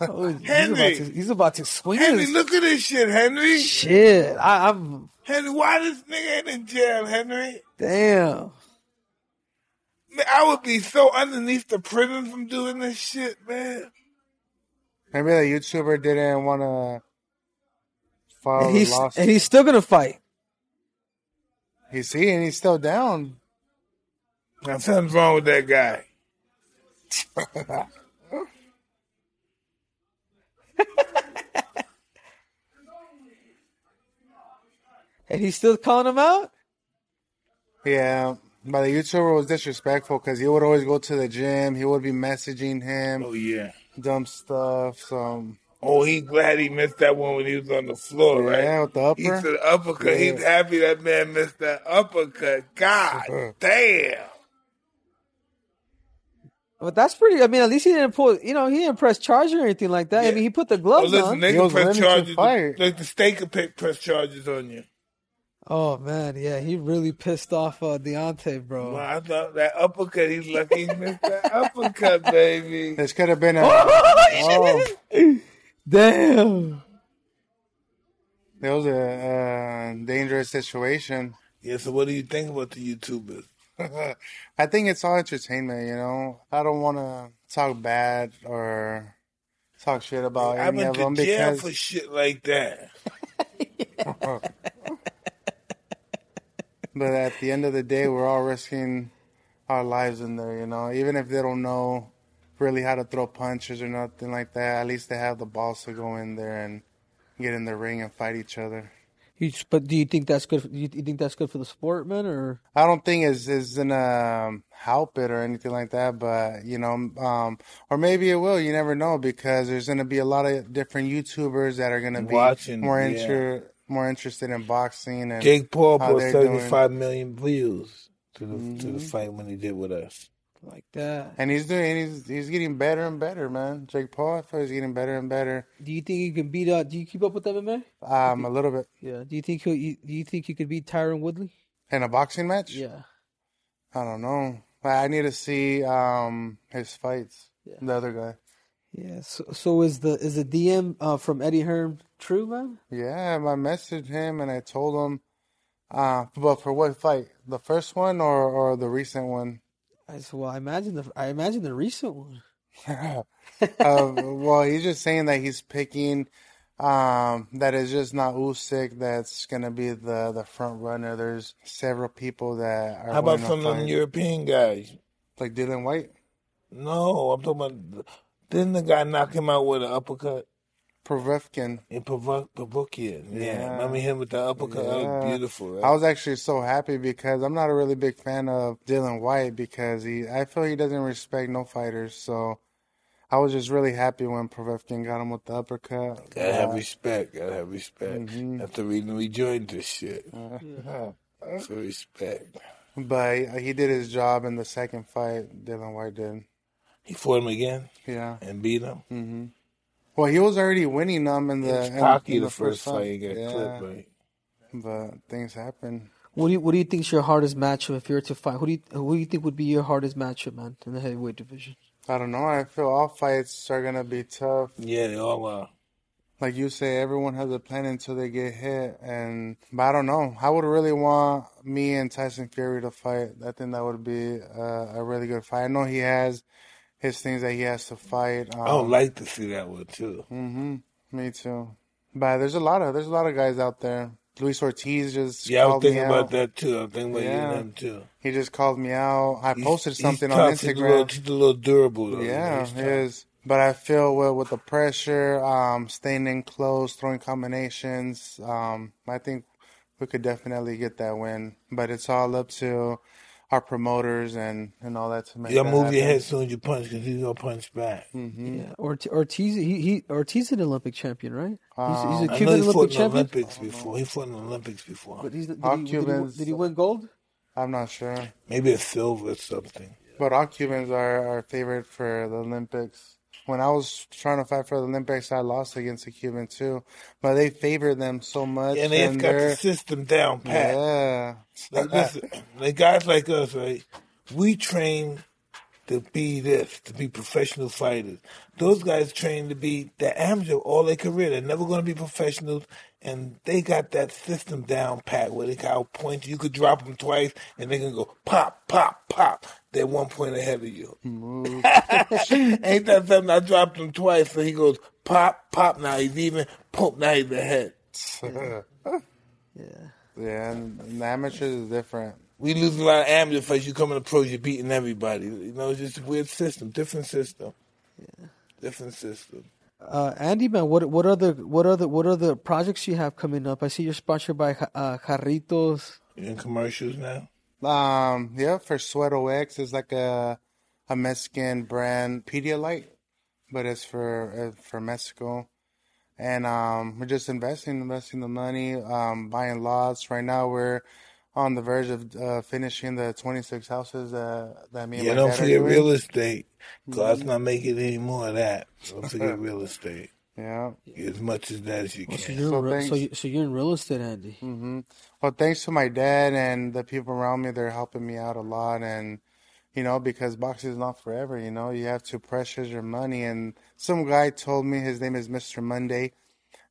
Speaker 3: Oh, he's
Speaker 1: Henry.
Speaker 3: about to, he's about to swing
Speaker 1: Henry,
Speaker 3: his
Speaker 1: look at this shit, Henry.
Speaker 3: shit. I, I'm
Speaker 1: Henry, why this nigga ain't in jail, Henry? Oh,
Speaker 3: damn.
Speaker 1: Man, I would be so underneath the prison from doing this shit, man.
Speaker 2: Maybe the YouTuber didn't want to file
Speaker 3: And
Speaker 2: the
Speaker 3: he's
Speaker 2: lawsuit.
Speaker 3: and he's still gonna fight.
Speaker 2: he's he and he's still down.
Speaker 1: Now something's wrong with that guy.
Speaker 3: And he's still calling him out?
Speaker 2: Yeah, but the YouTuber was disrespectful because he would Oh, always go to the gym. He would be messaging him
Speaker 1: yeah.
Speaker 2: dumb stuff. So
Speaker 1: Oh, he glad he missed that one when he was on the floor, right?
Speaker 2: Yeah, with the
Speaker 1: He
Speaker 2: upper.
Speaker 1: said uppercut. He's
Speaker 2: Yeah.
Speaker 1: happy that man missed that uppercut. God
Speaker 2: Uh-huh.
Speaker 1: damn.
Speaker 3: But that's pretty. I mean, at least he didn't pull. You know, he didn't press charge or anything like that.
Speaker 1: Yeah.
Speaker 3: I mean, he put the
Speaker 1: Oh,
Speaker 3: gloves
Speaker 1: listen,
Speaker 3: on.
Speaker 1: they
Speaker 2: He
Speaker 1: can
Speaker 2: was
Speaker 1: press
Speaker 2: ready to
Speaker 1: charges.
Speaker 2: fight.
Speaker 1: Like the state could pick, press charges on you.
Speaker 3: Oh man, yeah, he really pissed off uh, Deontay, bro.
Speaker 1: Well, I thought that uppercut. He's lucky he missed that uppercut, baby.
Speaker 2: This could have been a.
Speaker 3: Oh, Damn.
Speaker 2: It was a uh, dangerous situation.
Speaker 1: Yeah. So, what do you think about the YouTubers?
Speaker 2: I think it's all entertainment, you know. I don't want to talk bad or talk shit about
Speaker 1: I
Speaker 2: any
Speaker 1: went
Speaker 2: of
Speaker 1: to
Speaker 2: them
Speaker 1: jail
Speaker 2: because
Speaker 1: for shit like that.
Speaker 2: But at the end of the day, we're all risking our lives in there, you know. Even if they don't know really how to throw punches or nothing like that, at least they have the balls to go in there and get in the ring and fight each other.
Speaker 3: You, but do you think that's good? For, you, you think that's good for the sport, man? Or
Speaker 2: I don't think it's, it's gonna um, help it or anything like that, but you know, um, or maybe it will. You never know because there's gonna be a lot of different YouTubers that are gonna be
Speaker 1: Watching,
Speaker 2: more
Speaker 1: yeah.
Speaker 2: inter- more interested in boxing and
Speaker 1: Jake Paul
Speaker 2: how
Speaker 1: brought
Speaker 2: they're doing. Mm-hmm.
Speaker 1: seventy-five million views to the to the fight when he did with us.
Speaker 3: like that?
Speaker 2: And he's doing. He's he's getting better and better, man. Jake Paul, I feel he's getting better and better.
Speaker 3: Do you think you can beat? Uh, do you keep up with MMA?
Speaker 2: Um, a little bit
Speaker 3: Yeah. Do you think he'll? You, do you think you could beat Tyron Woodley?
Speaker 2: in a boxing match.
Speaker 3: Yeah.
Speaker 2: I don't know. I I need to see um his fights.
Speaker 3: Yeah.
Speaker 2: The other guy.
Speaker 3: Yeah. So, so is the is the DM uh, from Eddie Hearn true, man?
Speaker 2: Yeah, I messaged him and I told him. Uh, but for what fight? The first one or or the recent one?
Speaker 3: I said, well, I imagine the I imagine the recent one.
Speaker 2: uh, well, he's just saying that he's picking. Um, that is just not Usyk. That's gonna be the the front runner. There's several people that are
Speaker 1: How about
Speaker 2: wanting to
Speaker 1: some of them
Speaker 2: fight.
Speaker 1: European guys?
Speaker 2: like Dylan White,
Speaker 1: No, I'm talking about. Didn't the guy knock him out with an uppercut
Speaker 2: Povetkin.
Speaker 1: in Pavokian? Yeah.
Speaker 2: Yeah.
Speaker 1: remember him with the uppercut? That was
Speaker 2: Yeah.
Speaker 1: beautiful, right?
Speaker 2: I was actually so happy because I'm not a really big fan of Dylan White because he, I feel he doesn't respect no fighters. So I was just really happy when Povetkin got him with the uppercut.
Speaker 1: gotta have
Speaker 2: Uh,
Speaker 1: respect. Gotta have respect.
Speaker 2: mhm.
Speaker 1: That's the reason we joined this shit. For respect.
Speaker 2: But he did his job in the second fight. Dylan White did.
Speaker 1: He fought him again
Speaker 2: Yeah.
Speaker 1: and beat him.
Speaker 2: Well, he was already winning them in
Speaker 1: He
Speaker 2: the
Speaker 1: was
Speaker 2: in-
Speaker 1: cocky
Speaker 2: in
Speaker 1: the first fight. He got
Speaker 2: yeah.
Speaker 1: clipped, right?
Speaker 2: But things happen.
Speaker 3: What do you What do you think's your hardest matchup if you were to fight? Who do you Who do you think would be your hardest matchup, man, in the heavyweight division?
Speaker 2: I don't know. I feel all fights are gonna be tough.
Speaker 1: Yeah, they all uh, are.
Speaker 2: like you say, everyone has a plan until they get hit. And but I don't know. I would really want me and Tyson Fury to fight. I think that would be uh, a really good fight. I know he has his things that he has to fight. Um,
Speaker 1: I would like to see that one too.
Speaker 2: hmm me too. But there's a lot of there's a lot of guys out there. Luis Ortiz just
Speaker 1: Yeah, I was
Speaker 2: called me
Speaker 1: thinking
Speaker 2: out.
Speaker 1: about that too. I was thinking about you
Speaker 2: Oh, Yeah.
Speaker 1: and him too.
Speaker 2: He just called me out. I
Speaker 1: He's-
Speaker 2: posted
Speaker 1: he's
Speaker 2: something on
Speaker 1: tough. He's a little,
Speaker 2: Instagram.
Speaker 1: he's a little durable though. you know,
Speaker 2: Yeah,
Speaker 1: he's
Speaker 2: it
Speaker 1: tough.
Speaker 2: is. But I feel with, with the pressure, um, staying in close, throwing combinations, um, I think we could definitely get that win. But it's all up to our promoters and, and all that to make
Speaker 1: You
Speaker 2: that
Speaker 1: gotta move
Speaker 2: happen.
Speaker 1: your head as soon as you punch because he's gonna punch back.
Speaker 3: Yeah, Ort- Ortiz. He, he Ortiz is an Olympic champion, right? he's,
Speaker 2: Um,
Speaker 3: he's a
Speaker 1: I know
Speaker 3: Cuban
Speaker 1: he
Speaker 3: Olympic
Speaker 1: fought in the
Speaker 3: champion.
Speaker 1: Olympics before. He fought in the Olympics before.
Speaker 3: But he's did
Speaker 2: All
Speaker 3: he, did, he, win-
Speaker 2: Cubans-
Speaker 3: did he win gold?
Speaker 2: I'm not sure.
Speaker 1: Maybe a silver or something.
Speaker 2: But all Cubans are, are favored for the Olympics. When I was trying to fight for the Olympics, I lost against a Cuban too. But they favor them so much.
Speaker 1: And they've
Speaker 2: and
Speaker 1: got the
Speaker 2: they're-
Speaker 1: system down pat.
Speaker 2: Yeah.
Speaker 1: Like listen, like guys like us, right? We train to be this, to be professional fighters. Those guys train to be the amateur all their career. They're never going to be professionals, and they got that system down pat where they can outpoint you. You could drop them twice, and they can go pop, pop, pop. They're one point ahead of you. Ain't that something? I dropped him twice, so he goes pop, pop. Now he's even. Pop. Now he's ahead.
Speaker 3: Yeah.
Speaker 2: Yeah, and and the amateurs is different.
Speaker 1: We lose a lot of amateur fights. You come in the pros, you're beating everybody. You know, it's just a weird system, different system, different system.
Speaker 3: Uh, Andy, man, what what other what other what other projects you have coming up? I see you're sponsored by Ja- uh, Jarritos.
Speaker 1: You in commercials now?
Speaker 2: Um, yeah, for Suero X is like a a Mexican brand Pedialyte, but it's for uh, for Mexico. and um, we're just investing, investing the money, um, buying lots. Right now, we're on the verge of uh, finishing the 26 houses that, that me and
Speaker 1: Yeah,
Speaker 2: my Mm-hmm.
Speaker 1: don't
Speaker 2: dad are
Speaker 1: forget
Speaker 2: doing.
Speaker 1: real estate. God's not making any more of that. Don't forget real estate
Speaker 2: Yeah.
Speaker 1: as much as that as you
Speaker 3: Oh, so
Speaker 1: can.
Speaker 3: you're
Speaker 2: So
Speaker 3: in re- so
Speaker 2: thanks.
Speaker 3: you so you're in real estate, Andy.
Speaker 2: hmm Well, thanks to my dad and the people around me, they're helping me out a lot. And, you know, because boxing is not forever, you know, you have to precious your money. And some guy told me his name is Mr. Monday.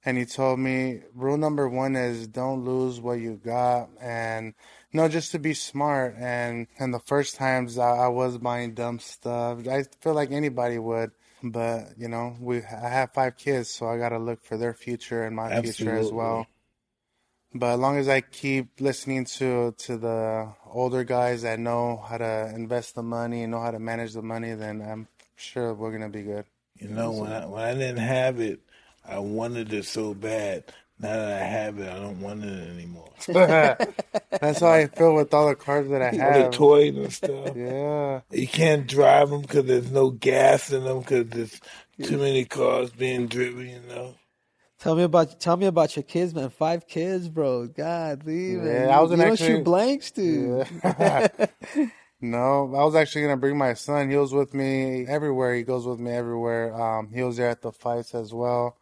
Speaker 2: And he told me rule number one is don't lose what you got. And, you know, just to be smart. And, and the first times I, I was buying dumb stuff, I feel like anybody would. But, you know, we, I have five kids, so I got to look for their future and my future as well.
Speaker 1: Absolutely.
Speaker 2: But as long as I keep listening to to the older guys that know how to invest the money and know how to manage the money, then I'm sure we're gonna be good.
Speaker 1: You know, when I when I didn't have it, I wanted it so bad. Now that I have it, I don't want it anymore.
Speaker 2: That's how I feel with all the cars that I
Speaker 1: All the
Speaker 2: have.
Speaker 1: toys and stuff.
Speaker 2: Yeah,
Speaker 1: You can't drive them because there's no gas in them because there's too many cars being driven. You know.
Speaker 3: Tell me about tell me about your kids, man. Five kids, bro. God, leave
Speaker 2: yeah.
Speaker 3: man.
Speaker 2: I
Speaker 3: You,
Speaker 2: was
Speaker 3: you
Speaker 2: gonna
Speaker 3: don't shoot
Speaker 2: actually.
Speaker 3: blanks, dude.
Speaker 2: Yeah. No, I was actually gonna bring my son. He was with me everywhere. He goes with me everywhere. Um, he was there at the fights as well.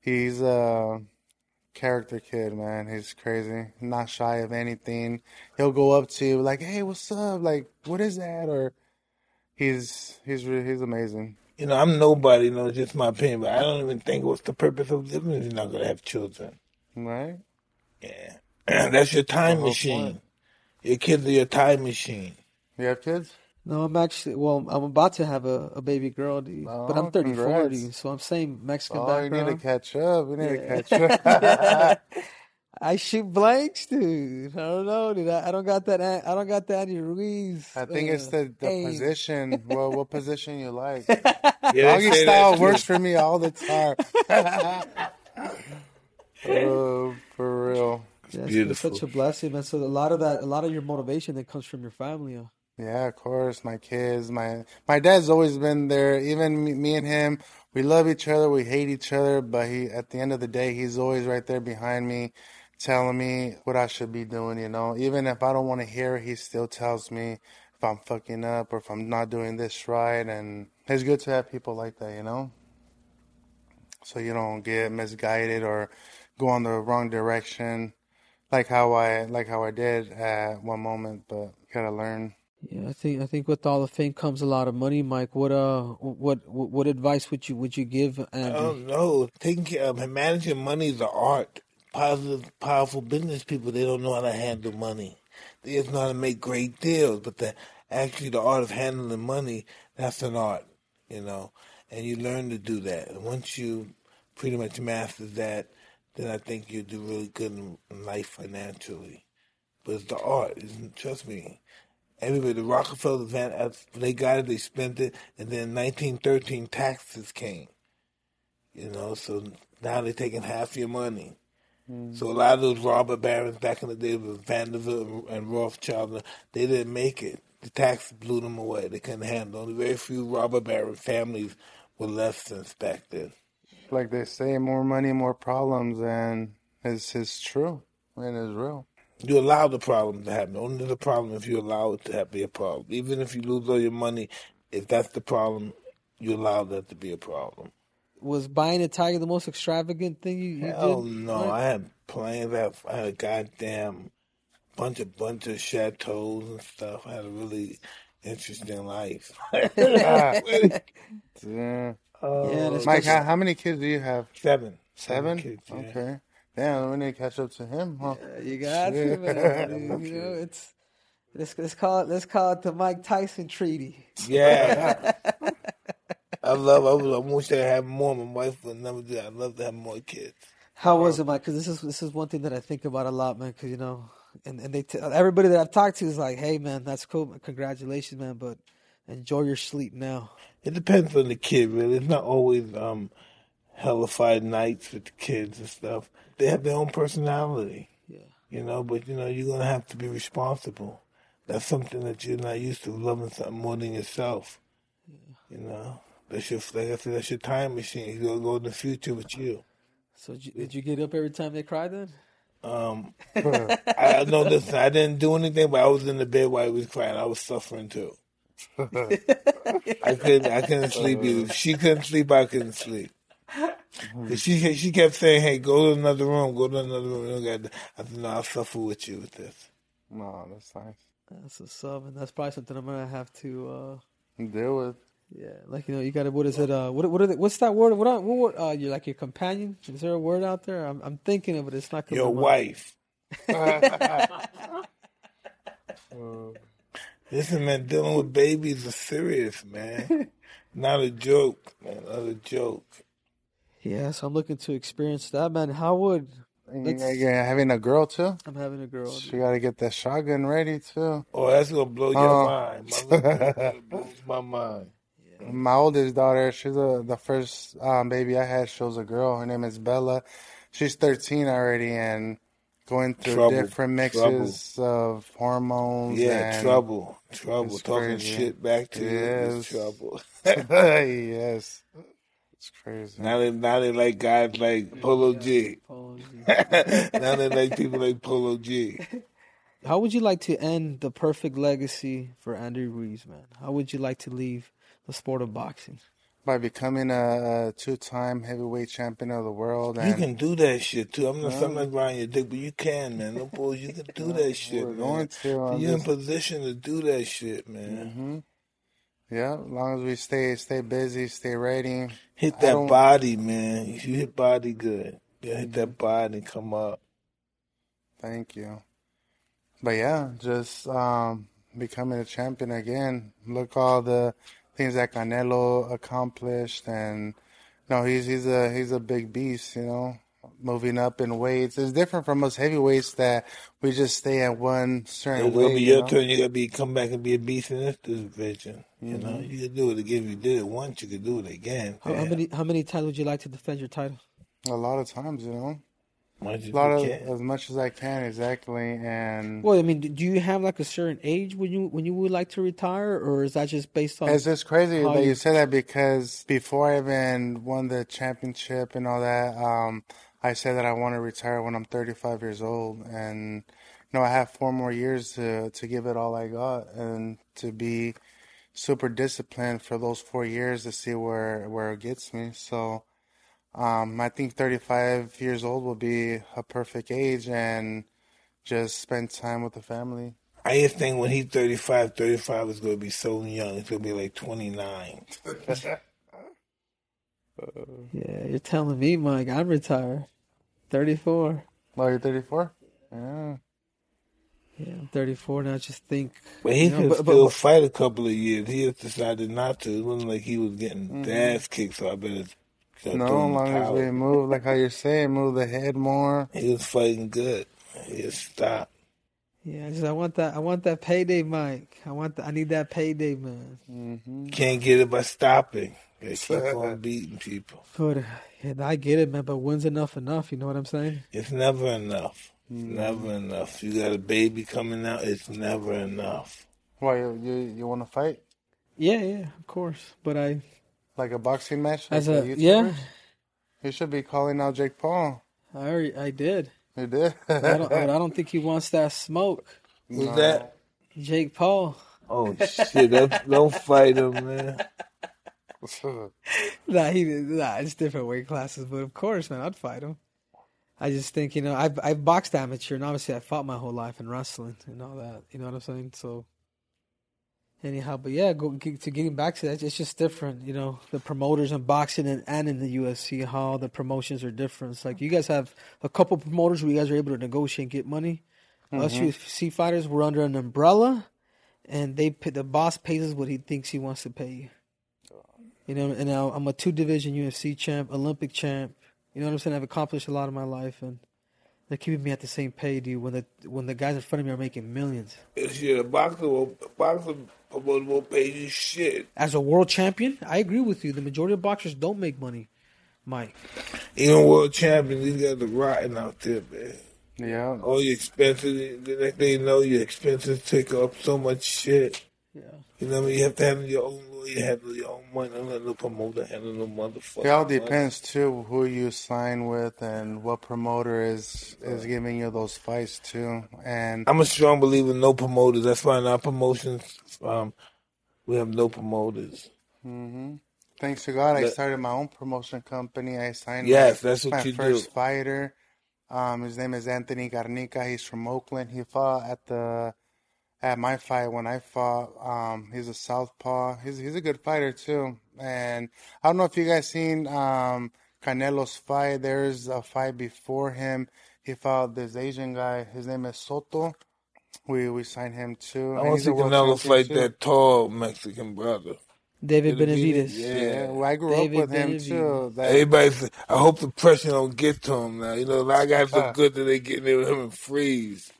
Speaker 2: He's a character kid, man. He's crazy. Not shy of anything. He'll go up to you like, "Hey, what's up? Like, what is that?" Or he's he's re- he's amazing.
Speaker 1: You know, I'm nobody. You know, just my opinion. But I don't even think what's the purpose of living if you're not gonna have children.
Speaker 2: Right?
Speaker 1: Yeah, that's your
Speaker 2: The
Speaker 1: time
Speaker 2: whole point.
Speaker 1: machine. Your kids are your time machine.
Speaker 2: You have kids?
Speaker 3: No, I'm actually well. I'm about to have a, a baby girl, dude. But I'm
Speaker 2: Oh,
Speaker 3: 34,
Speaker 2: congrats.
Speaker 3: dude. So I'm saying Mexican
Speaker 2: Oh, you need to
Speaker 3: background.
Speaker 2: catch up. You need to
Speaker 3: Yeah.
Speaker 2: catch
Speaker 3: yeah.
Speaker 2: up.
Speaker 3: I shoot blanks, dude. I don't know, dude. I, I don't got that. I don't got that Andy Ruiz
Speaker 2: I think it's
Speaker 3: uh,
Speaker 2: the the
Speaker 3: aim.
Speaker 2: position. Well, what position you like?
Speaker 1: Yeah, they
Speaker 2: Doggy
Speaker 1: say that
Speaker 2: style works
Speaker 1: too.
Speaker 2: for me all the time. Oh, for real.
Speaker 3: Yeah, it's been such
Speaker 1: Beautiful.
Speaker 3: a blessing, man. So a lot of that, a lot of your motivation that comes from your family. Huh?
Speaker 2: Yeah, of course. My kids, my my dad's always been there. Even me, me and him, we love each other, we hate each other, but he at the end of the day, he's always right there behind me, telling me what I should be doing, you know. Even if I don't want to hear, it, he still tells me if I'm fucking up or if I'm not doing this right, and it's good to have people like that, you know, so you don't get misguided or go on the wrong direction, like how I like how I did at one moment, but gotta learn.
Speaker 3: Yeah, I think I think with all the fame comes a lot of money, Mike. What uh, what what, what advice would you would you give
Speaker 1: I
Speaker 3: Andy?
Speaker 2: Oh.
Speaker 1: don't know. Think um, managing money is an art. Positive, powerful business people they don't know how to handle money. They just know how to make great deals, but the actually the art of handling money that's an art, you know. And you learn to do that. And once you pretty much master that, then I think you'll do really good in in life financially. But it's the art. It's, trust me, Everybody, the Rockefeller event, after they got it, they spent it, and then 1913 taxes came. You know, so now they're taking half your money. So a lot of those robber barons back in the day with Vanderbilt and Rothschild, they didn't make it. The tax blew them away. They couldn't handle. it. Only very few robber baron families were left since back then.
Speaker 2: like they say, more money, more problems, and it's it's true and it's real.
Speaker 1: You allow the problem to happen. Only the problem if you allow it to have be a problem. Even if you lose all your money, if that's the problem, you allow that to be a problem.
Speaker 3: Was buying a tiger the most extravagant thing you, you
Speaker 1: Hell
Speaker 3: did,
Speaker 1: no!
Speaker 3: Mike?
Speaker 1: I had plans. I had, I had a goddamn bunch of bunch of chateaus and stuff. I had a really interesting life.
Speaker 2: Ah,
Speaker 1: oh,
Speaker 2: yeah.
Speaker 3: Yeah, that's
Speaker 2: Mike,
Speaker 3: because
Speaker 2: how, how many kids do you have?
Speaker 1: seven, seven
Speaker 2: Seven?
Speaker 1: kids. Yeah,
Speaker 2: Okay. Damn, we need to catch up to him, huh?
Speaker 3: yeah, you got to,
Speaker 2: Shit.
Speaker 3: man,
Speaker 1: seven
Speaker 3: dude. You know,
Speaker 1: kids.
Speaker 3: it's let's let's call it let's call it the Mike Tyson treaty.
Speaker 1: Yeah, I love. I, would, I wish I had more. My wife would never do. that. I'd love to have more kids.
Speaker 3: How was it, Mike? Because this is this is one thing that I think about a lot, man. Because you know, and and they t- everybody that I've talked to is like, "Hey, man, that's cool. man. Congratulations, man, but enjoy your sleep now."
Speaker 1: It depends on the kid, really. It's not always um hellified nights with the kids and stuff. They have their own personality.
Speaker 3: Yeah,
Speaker 1: you know. But you know, you're gonna have to be responsible. That's something that you're not used to loving something more than yourself. You know, that's your like I said, that's your time machine. You're gonna go in the future with you.
Speaker 3: So did you, did you get up every time they cried then?
Speaker 1: Um, I know this. I didn't do anything, but I was in the bed while he was crying. I was suffering too. I couldn't. I couldn't sleep either. If she couldn't sleep, I couldn't sleep. 'Cause she she kept saying, "Hey, go to another room. Go to another room." You don't got- I said, "No, I'll suffer with you with this."
Speaker 2: No, that's nice.
Speaker 3: That's a sub, and that's probably something I'm gonna have to. uh
Speaker 2: Deal with.
Speaker 3: Yeah, like you know, you got to. What is it? Uh, what what are the, what's that word? What are- what word? Uh, you're like your companion. Is there a word out there? I'm I'm thinking of it. It's not coming
Speaker 1: Your
Speaker 3: to mind.
Speaker 1: wife.
Speaker 2: Uh,
Speaker 1: Listen, man, dealing with babies is serious, man. Not a joke, man. Not a joke.
Speaker 3: Yeah, so I'm looking to experience that, man. How would
Speaker 2: and you,
Speaker 3: Let's-
Speaker 2: you're having a girl too.
Speaker 3: I'm having a girl?
Speaker 2: She got to get that shotgun ready too.
Speaker 1: Oh, that's gonna blow your
Speaker 2: Oh.
Speaker 1: mind. Mother, that blows my mind.
Speaker 2: My oldest daughter, she's a, the first um, baby I had. She was a girl. Her name is Bella. She's 13 already and going through
Speaker 1: Trouble.
Speaker 2: different mixes of hormones.
Speaker 1: Yeah,
Speaker 2: and,
Speaker 1: trouble, trouble.
Speaker 2: It's
Speaker 1: Talking
Speaker 2: crazy.
Speaker 1: shit back to you
Speaker 2: Yes.
Speaker 1: is trouble.
Speaker 2: yes, it's crazy.
Speaker 1: now they now they like guys like Polo G. now they like people like Polo G.
Speaker 3: How would you like to end the perfect legacy for Andy Ruiz, man? How would you like to leave the sport of boxing?
Speaker 2: By becoming a, a two-time heavyweight champion of the world,
Speaker 1: You
Speaker 2: and
Speaker 1: can do that shit too. I'm not saying I'm not riding your dick, but you can, man. No bulls, you can do that shit,
Speaker 2: we're
Speaker 1: man.
Speaker 2: going to. I'm
Speaker 1: You're in
Speaker 2: just-
Speaker 1: position to do that shit,
Speaker 2: Mm-hmm.
Speaker 1: man.
Speaker 2: yeah, as long as we stay stay busy, stay ready.
Speaker 1: Hit
Speaker 2: I
Speaker 1: that
Speaker 2: don't-
Speaker 1: body, man. If you hit body good, you hit that body and come up.
Speaker 2: Thank you. But yeah, just um, becoming a champion again. Look all the things that Canelo accomplished, and no, he's he's a he's a big beast. You know, moving up in weights. It's different from us heavyweights that we just stay at one certain
Speaker 1: It's
Speaker 2: weight.
Speaker 1: gonna be
Speaker 2: you
Speaker 1: your
Speaker 2: know?
Speaker 1: turn. You gotta be come back and be a beast in this division. You know,
Speaker 2: Mm-hmm.
Speaker 1: you can do it again. If you did it once, you could do it again.
Speaker 3: How, how
Speaker 1: Damn.
Speaker 3: many how many times would you like to defend your title?
Speaker 2: A lot of times, you know,
Speaker 1: Much as you
Speaker 2: a lot of
Speaker 1: can.
Speaker 2: as much as I can, exactly. And
Speaker 3: Well, I mean, do you have like a certain age when you when you would like to retire, or is that just based on?
Speaker 2: It's just crazy
Speaker 3: how
Speaker 2: that
Speaker 3: Oh, you-
Speaker 2: you say that because before I even won the championship and all that, um, I said that I want to retire when I'm 35 years old, and you know I have four more years to to give it all I got and to be super disciplined for those four years to see where where it gets me. So um, I think 35 years old will be a perfect age and just spend time with the family.
Speaker 1: I just think when he's 35, 35 is gonna be so young. It's gonna be like 29.
Speaker 3: Yeah, you're telling me, Mike. I'm retired. 34.
Speaker 2: Oh, you're 34? Yeah.
Speaker 3: Yeah, I'm 34 now. I just think.
Speaker 1: But he
Speaker 3: you know,
Speaker 1: could
Speaker 3: but- but-
Speaker 1: still
Speaker 3: but-
Speaker 1: fight a couple of years. He just decided not to. It wasn't like he was getting his ass kicked, so I better start
Speaker 2: Mm-hmm. No,
Speaker 1: throwing the
Speaker 2: as long as we
Speaker 1: towel.
Speaker 2: move, like how you're saying, move the head more.
Speaker 1: He was fighting good. He just stopped.
Speaker 3: yeah, I just I want that. I want that payday, Mike. I want. The, I need that payday, man.
Speaker 1: Can't get it by stopping. They keep on beating people.
Speaker 3: But uh, yeah, I get it, man. But when's enough enough? You know what I'm saying?
Speaker 1: It's never enough. It's never
Speaker 2: Mm-hmm.
Speaker 1: enough. You got a baby coming out. It's never enough.
Speaker 2: Why you you, you want to fight
Speaker 3: Yeah, yeah, of course. But I
Speaker 2: like a boxing match? Like
Speaker 3: as
Speaker 2: the
Speaker 3: a yeah,
Speaker 2: YouTubers? you should be calling out Jake Paul.
Speaker 3: I already I did.
Speaker 2: You did.
Speaker 3: I don't. but I don't think he wants that smoke.
Speaker 1: Who's that?
Speaker 3: Jake Paul.
Speaker 1: Oh shit! That, don't fight him, man.
Speaker 3: Nah, he did. Nah, it's different weight classes, but of course, man, I'd fight him. I just think, you know, I've I've boxed amateur, and obviously, I fought my whole life in wrestling and all that. You know what I'm saying? So, anyhow, but yeah, go, get, to getting back to that, it's just different. You know, the promoters in boxing and, and in the UFC, how the promotions are different. It's like you guys have a couple promoters where you guys are able to negotiate and get money. Us UFC fighters, we're under an umbrella, and they pay, the boss pays us what he thinks he wants to pay you. You know, and now I'm a two division UFC champ, Olympic champ. You know what I'm saying? I've accomplished a lot in my life, and they're keeping me at the same pay, dude. When the when the guys in front of me are making millions
Speaker 1: Shit, a boxer, will, a boxer promoter won't pay you shit.
Speaker 3: as a world champion, I agree with you. The majority of boxers don't make money, Mike.
Speaker 1: Even world champions, these guys are rotten out there, man.
Speaker 2: yeah.
Speaker 1: All your expenses, the next thing you know, your expenses take up so much shit.
Speaker 3: Yeah,
Speaker 1: You know what I mean? You have to handle your own you have your own money. I'm letting the promoter handle the motherfucker.
Speaker 2: It all depends too who you sign with and what promoter is is giving you those fights too. And
Speaker 1: I'm a strong believer in no promoters. That's why in our promotions, um, we have no promoters.
Speaker 2: hmm thanks to God, I
Speaker 1: Let-
Speaker 2: started my own promotion company. I signed my-
Speaker 1: Yes, that's
Speaker 2: my,
Speaker 1: what you do.
Speaker 2: first fighter. Um, his name is Anthony Garnica. He's from Oakland. He fought at the at my fight when I fought. Um, he's a southpaw. He's he's a good fighter too. And I don't know if you guys seen um, Canelo's fight. There's a fight before him. He fought this Asian guy. His name is Soto. We we signed him too,
Speaker 1: I want
Speaker 2: and
Speaker 1: to
Speaker 2: he's
Speaker 1: see
Speaker 2: a world
Speaker 1: Canelo
Speaker 2: champion
Speaker 1: fight
Speaker 2: too.
Speaker 1: that tall Mexican brother.
Speaker 3: David
Speaker 1: It'll be the-
Speaker 3: Benavides.
Speaker 2: Yeah,
Speaker 1: yeah.
Speaker 2: well, I grew up
Speaker 3: David
Speaker 2: with him too.
Speaker 3: Benavidez.
Speaker 2: That
Speaker 1: Everybody's. I hope the pressure don't get to him now. You know, a lot of guys look
Speaker 2: uh,
Speaker 1: good that they get in there with him and freeze.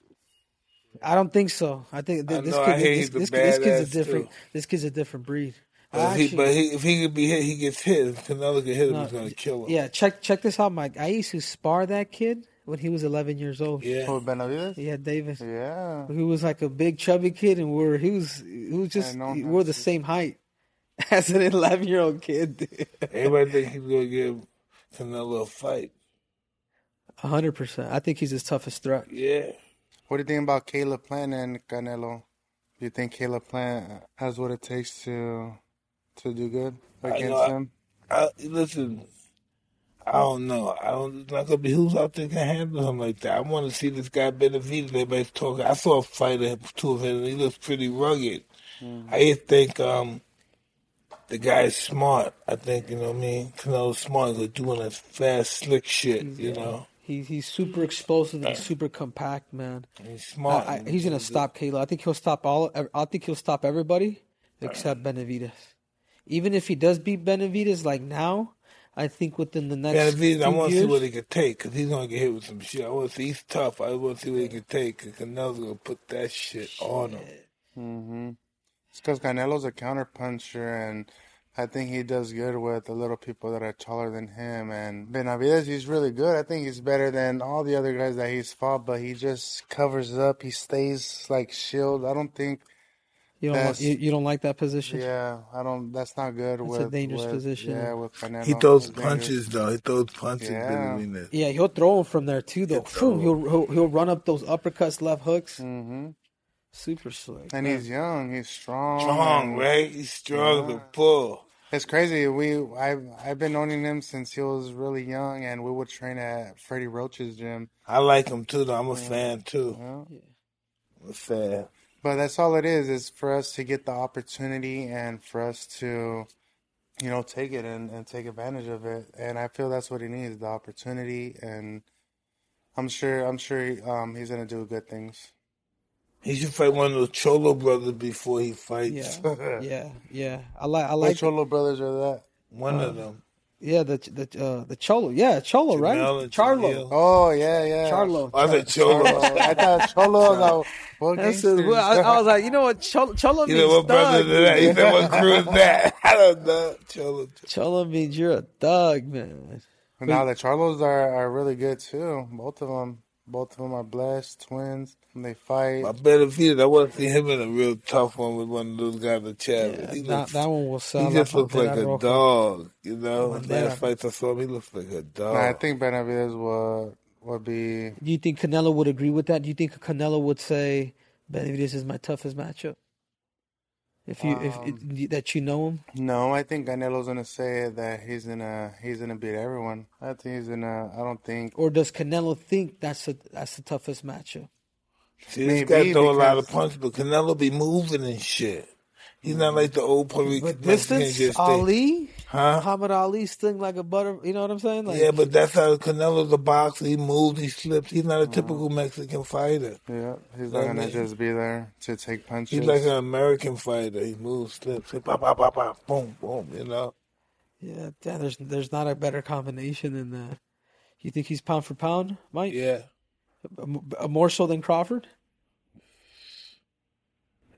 Speaker 3: I don't think so. I think
Speaker 1: I
Speaker 3: th- this
Speaker 1: know. I
Speaker 3: kid,
Speaker 1: hear
Speaker 3: this
Speaker 1: he's a
Speaker 3: this kid, this kid's a
Speaker 1: badass
Speaker 3: different,
Speaker 1: too.
Speaker 3: this kid's a different breed.
Speaker 1: But
Speaker 3: I
Speaker 1: if he, but
Speaker 3: actually,
Speaker 1: he, if he could be hit, he gets hit. If Canelo get hit him,
Speaker 3: no,
Speaker 1: he's gonna kill him.
Speaker 3: yeah. Check check this out, Mike. I used to spar that kid when he was 11 years old.
Speaker 1: Yeah.
Speaker 2: who Benavides?
Speaker 3: Yeah, David.
Speaker 2: Yeah,
Speaker 3: He was like a big chubby kid, and we are he was he was
Speaker 2: I
Speaker 3: just
Speaker 2: know
Speaker 3: we
Speaker 2: him.
Speaker 3: were the same height as an 11 year old kid. dude.
Speaker 1: Everybody think he's gonna give Canelo a fight.
Speaker 3: 100%. I think he's his toughest threat.
Speaker 1: Yeah.
Speaker 2: What do you think about Caleb Plant and Canelo? Do you think Caleb Plant has what it takes to to do good
Speaker 1: I know.
Speaker 2: against
Speaker 1: I,
Speaker 2: him?
Speaker 1: I, listen, I don't know. I don't. It's not gonna be who's out there can handle him like that. I want to see this guy Benavidez. Everybody's talking. I saw a fight of two of him, and he looks pretty rugged.
Speaker 3: Mm-hmm.
Speaker 1: I just think um, the guy's smart. I think you know what I mean. Canelo's smart. He's doing that fast, slick shit.
Speaker 3: He's,
Speaker 1: You
Speaker 3: yeah.
Speaker 1: know,
Speaker 3: He, he's super explosive. He's super compact, man.
Speaker 1: he's
Speaker 3: I,
Speaker 1: smart.
Speaker 3: I, he's gonna stop Kayla. I think he'll stop all. I think he'll stop everybody except
Speaker 1: Uh-huh.
Speaker 3: Benavides. Even if he does beat Benavides, like now, I think within the next
Speaker 1: Benavidez, I
Speaker 3: two
Speaker 1: want to see what
Speaker 3: years,
Speaker 1: he can take because he's gonna get hit with some shit. I want to see he's tough. I want to see what he can take because Canelo's gonna put that shit on him.
Speaker 2: Mm-hmm. It's because Canelo's a counterpuncher, and I think he does good with the little people that are taller than him. And Benavides, he's really good. I think he's better than all the other guys that he's fought, but he just covers up. He stays like shield. I don't think
Speaker 3: you don't like
Speaker 2: that's
Speaker 3: you, you don't like that position.
Speaker 2: Yeah, I don't. That's not good
Speaker 3: That's a
Speaker 2: with
Speaker 3: dangerous
Speaker 2: with
Speaker 3: position.
Speaker 2: yeah with
Speaker 1: He
Speaker 2: Canelo.
Speaker 1: throws
Speaker 2: It's dangerous.
Speaker 1: punches though. He throws punches,
Speaker 2: Yeah.
Speaker 1: Benavidez.
Speaker 3: Yeah, he'll throw him from there too, though.
Speaker 1: He'll
Speaker 3: Phew,
Speaker 1: throw him.
Speaker 3: he'll, he'll he'll run up those uppercuts, left hooks,
Speaker 2: hmm
Speaker 3: super slick.
Speaker 2: And
Speaker 3: Man.
Speaker 2: he's young. He's strong.
Speaker 1: strong,
Speaker 2: And
Speaker 1: right? He's strong
Speaker 2: yeah,
Speaker 1: to pull.
Speaker 2: it's crazy. We I've I've been owning him since he was really young, and we would train at Freddie Roach's gym.
Speaker 1: I like him too, though. I'm a
Speaker 2: Yeah.
Speaker 1: fan too.
Speaker 2: yeah.
Speaker 3: Yeah.
Speaker 1: I'm a fan.
Speaker 2: But that's all it is. Is for us to get the opportunity and for us to you know take it and and take advantage of it. And I feel that's what he needs: the opportunity. And I'm sure I'm sure um he's gonna do good things.
Speaker 1: He should fight one of those Cholo brothers before he
Speaker 3: Yeah,
Speaker 1: fights.
Speaker 3: yeah, yeah. I like, I
Speaker 2: Which
Speaker 3: like.
Speaker 2: Cholo brothers are that?
Speaker 1: one of
Speaker 3: Uh,
Speaker 1: them,
Speaker 3: Yeah, the the uh, the Cholo. Yeah, Cholo, right?
Speaker 1: Janelle and
Speaker 3: Charlo,
Speaker 1: Jamil.
Speaker 2: Oh yeah, yeah.
Speaker 3: Charlo.
Speaker 1: I said Cholo.
Speaker 2: Charlo. I thought Cholo was like what
Speaker 3: That's it. Well,
Speaker 2: gangsters.
Speaker 3: I, I was like, you know what? Cholo, Cholo
Speaker 1: You know
Speaker 3: means
Speaker 1: what brother is
Speaker 3: thug.
Speaker 1: that? You know what crew is that? I don't know. Cholo.
Speaker 3: Cholo means you're a thug, man.
Speaker 2: now the Charlos are, are really good too. Both of them, both of them are blessed twins. And they fight.
Speaker 1: My Benavidez, I want to see him in a real tough one with one of those guys in Chavez.
Speaker 3: Yeah,
Speaker 1: He
Speaker 3: that
Speaker 1: looks,
Speaker 3: that one will
Speaker 1: he
Speaker 3: sell. La
Speaker 1: just looks like
Speaker 3: Pantera
Speaker 1: a
Speaker 3: Roja.
Speaker 1: dog. You know, his last
Speaker 3: Bandera.
Speaker 1: fight I saw him, he looks like a
Speaker 2: Now I
Speaker 1: dog.
Speaker 2: think Benavidez would would be.
Speaker 3: Do you think Canelo would agree with that? Do you think Canelo would say, "Benavides is my toughest matchup"? If you if
Speaker 2: Um,
Speaker 3: it, that you know him,
Speaker 2: no, I think Canelo's gonna say that he's gonna he's gonna beat everyone. I think he's gonna. I don't think
Speaker 3: or does Canelo think that's a, that's the toughest matchup?
Speaker 1: See, this guy
Speaker 2: maybe
Speaker 1: throw a lot of
Speaker 2: because
Speaker 1: punches, but Canelo be moving and shit. He's not like the old Puerto Rican
Speaker 3: Mm-hmm. But
Speaker 1: Mexican
Speaker 3: distance,
Speaker 1: just stay,
Speaker 3: Ali,
Speaker 1: huh?
Speaker 3: Muhammad Ali sting like a butter. You know what I'm saying?
Speaker 1: Yeah,
Speaker 3: Like,
Speaker 1: but that's how Canelo's a boxer. He moves, he slips. He's
Speaker 3: Mm-hmm.
Speaker 1: not a typical Mexican fighter.
Speaker 2: yeah,
Speaker 1: You know
Speaker 2: he's not
Speaker 1: what I
Speaker 2: gonna
Speaker 1: mean?
Speaker 2: just be there to take
Speaker 1: He's like
Speaker 2: punches.
Speaker 1: an American fighter. He moves, slips, hip, pop, pop, pop, pop, boom, boom. You know,
Speaker 3: yeah, yeah, there's there's not a better combination than that. You think he's pound for pound, Mike?
Speaker 1: yeah,
Speaker 3: M- m- More so than Crawford?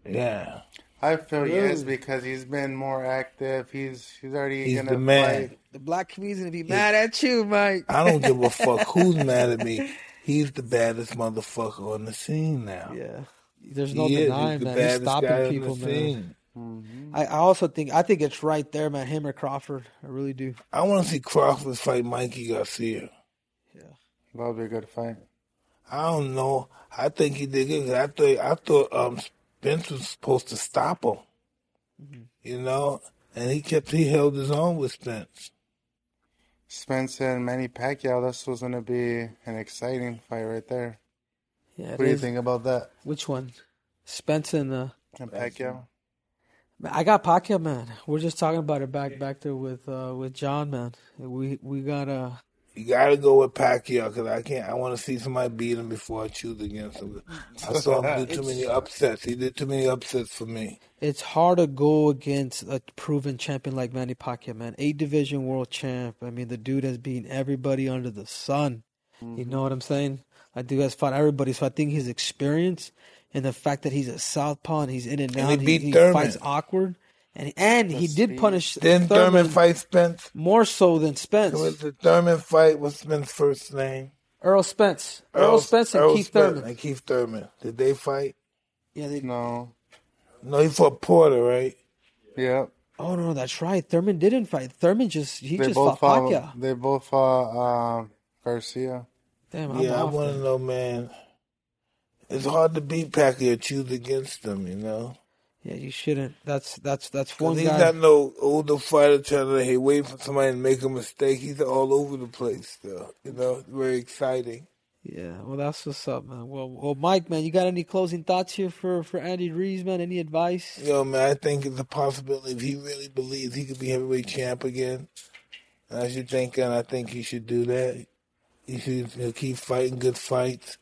Speaker 1: yeah.
Speaker 2: I feel yes
Speaker 3: Really?
Speaker 2: because he's been more active. He's he's already
Speaker 1: He's the
Speaker 2: gonna
Speaker 1: man.
Speaker 2: fight.
Speaker 3: The black community's gonna be
Speaker 1: He-
Speaker 3: mad at you, Mike.
Speaker 1: I don't give a fuck who's mad at me. He's the baddest motherfucker on the scene now.
Speaker 3: yeah, there's no
Speaker 1: He is. He's
Speaker 3: denying,
Speaker 1: the
Speaker 3: man. He's
Speaker 1: baddest
Speaker 3: stopping
Speaker 1: guy on the
Speaker 3: people, man.
Speaker 1: scene.
Speaker 2: hmm
Speaker 3: I, I also think I think it's right there, man. Him or Crawford, I really do.
Speaker 1: I want to see Crawford fight Mikey Garcia.
Speaker 2: That would be a good fight.
Speaker 1: I don't know. I think he did good. 'cause I thought I thought um, Spence was supposed to stop him,
Speaker 3: Mm-hmm.
Speaker 1: you know, and he kept he held his own with Spence.
Speaker 2: Spence and Manny Pacquiao. This was gonna be an exciting fight right there.
Speaker 3: Yeah,
Speaker 2: What
Speaker 3: it
Speaker 2: do you
Speaker 3: is.
Speaker 2: think about that?
Speaker 3: Which one? Spence and uh,
Speaker 2: And Pacquiao.
Speaker 3: man, I got Pacquiao, man. We're just talking about it back back there with uh with John, man. We we got uh
Speaker 1: You gotta go with Pacquiao because I can't. I want to see somebody beat him before I choose against him.
Speaker 3: Mm-hmm.
Speaker 1: I saw him do too many upsets. He did too many upsets for me.
Speaker 3: It's hard to go against a proven champion like Manny Pacquiao, man. Eight division world champ. I mean, the dude has beaten everybody under the sun.
Speaker 1: Mm-hmm.
Speaker 3: You know what I'm saying? That dude has fought everybody. So I think his experience and the fact that he's a southpaw and he's in and
Speaker 1: And
Speaker 3: out,
Speaker 1: he
Speaker 3: and he,
Speaker 1: beat
Speaker 3: he
Speaker 1: Thurman.
Speaker 3: fights awkward, and and he
Speaker 2: The
Speaker 3: did
Speaker 2: speed.
Speaker 3: punish
Speaker 1: Then Thurman,
Speaker 3: Thurman
Speaker 1: fight Spence.
Speaker 3: more so than Spence,
Speaker 1: It was the Thurman fight. What's Spence's first name?
Speaker 3: Earl Spence, Earl, Spence, and
Speaker 1: Earl
Speaker 3: Keith
Speaker 1: Spence
Speaker 3: Thurman.
Speaker 1: And Keith Thurman. Did they fight?
Speaker 3: Yeah, they,
Speaker 2: No.
Speaker 1: No, he fought Porter, right?
Speaker 2: Yep.
Speaker 3: oh no, that's right. Thurman didn't fight. Thurman just he
Speaker 2: They
Speaker 3: just
Speaker 2: both
Speaker 3: fought
Speaker 2: fought.
Speaker 3: Pacquiao.
Speaker 2: They both fought um, Garcia.
Speaker 3: Damn, I'm
Speaker 1: yeah, I
Speaker 3: off,
Speaker 1: want
Speaker 3: man.
Speaker 1: to know, man. It's hard to beat Pacquiao. Choose against them, you know.
Speaker 3: Yeah, you shouldn't. That's that's that's
Speaker 1: 'Cause
Speaker 3: one
Speaker 1: he's
Speaker 3: guy.
Speaker 1: not no older fighter trying to hey, wait for somebody to make a mistake. He's all over the place, though. You know, it's very exciting.
Speaker 3: Yeah, well, that's what's up, man. Well, well, Mike, man, you got any closing thoughts here for for Andy Rees, man? Any advice?
Speaker 1: You know, man, I think it's a possibility if he really believes he could be heavyweight champ again. And as you're thinking, I think he should do that. He should you know, keep fighting good fights,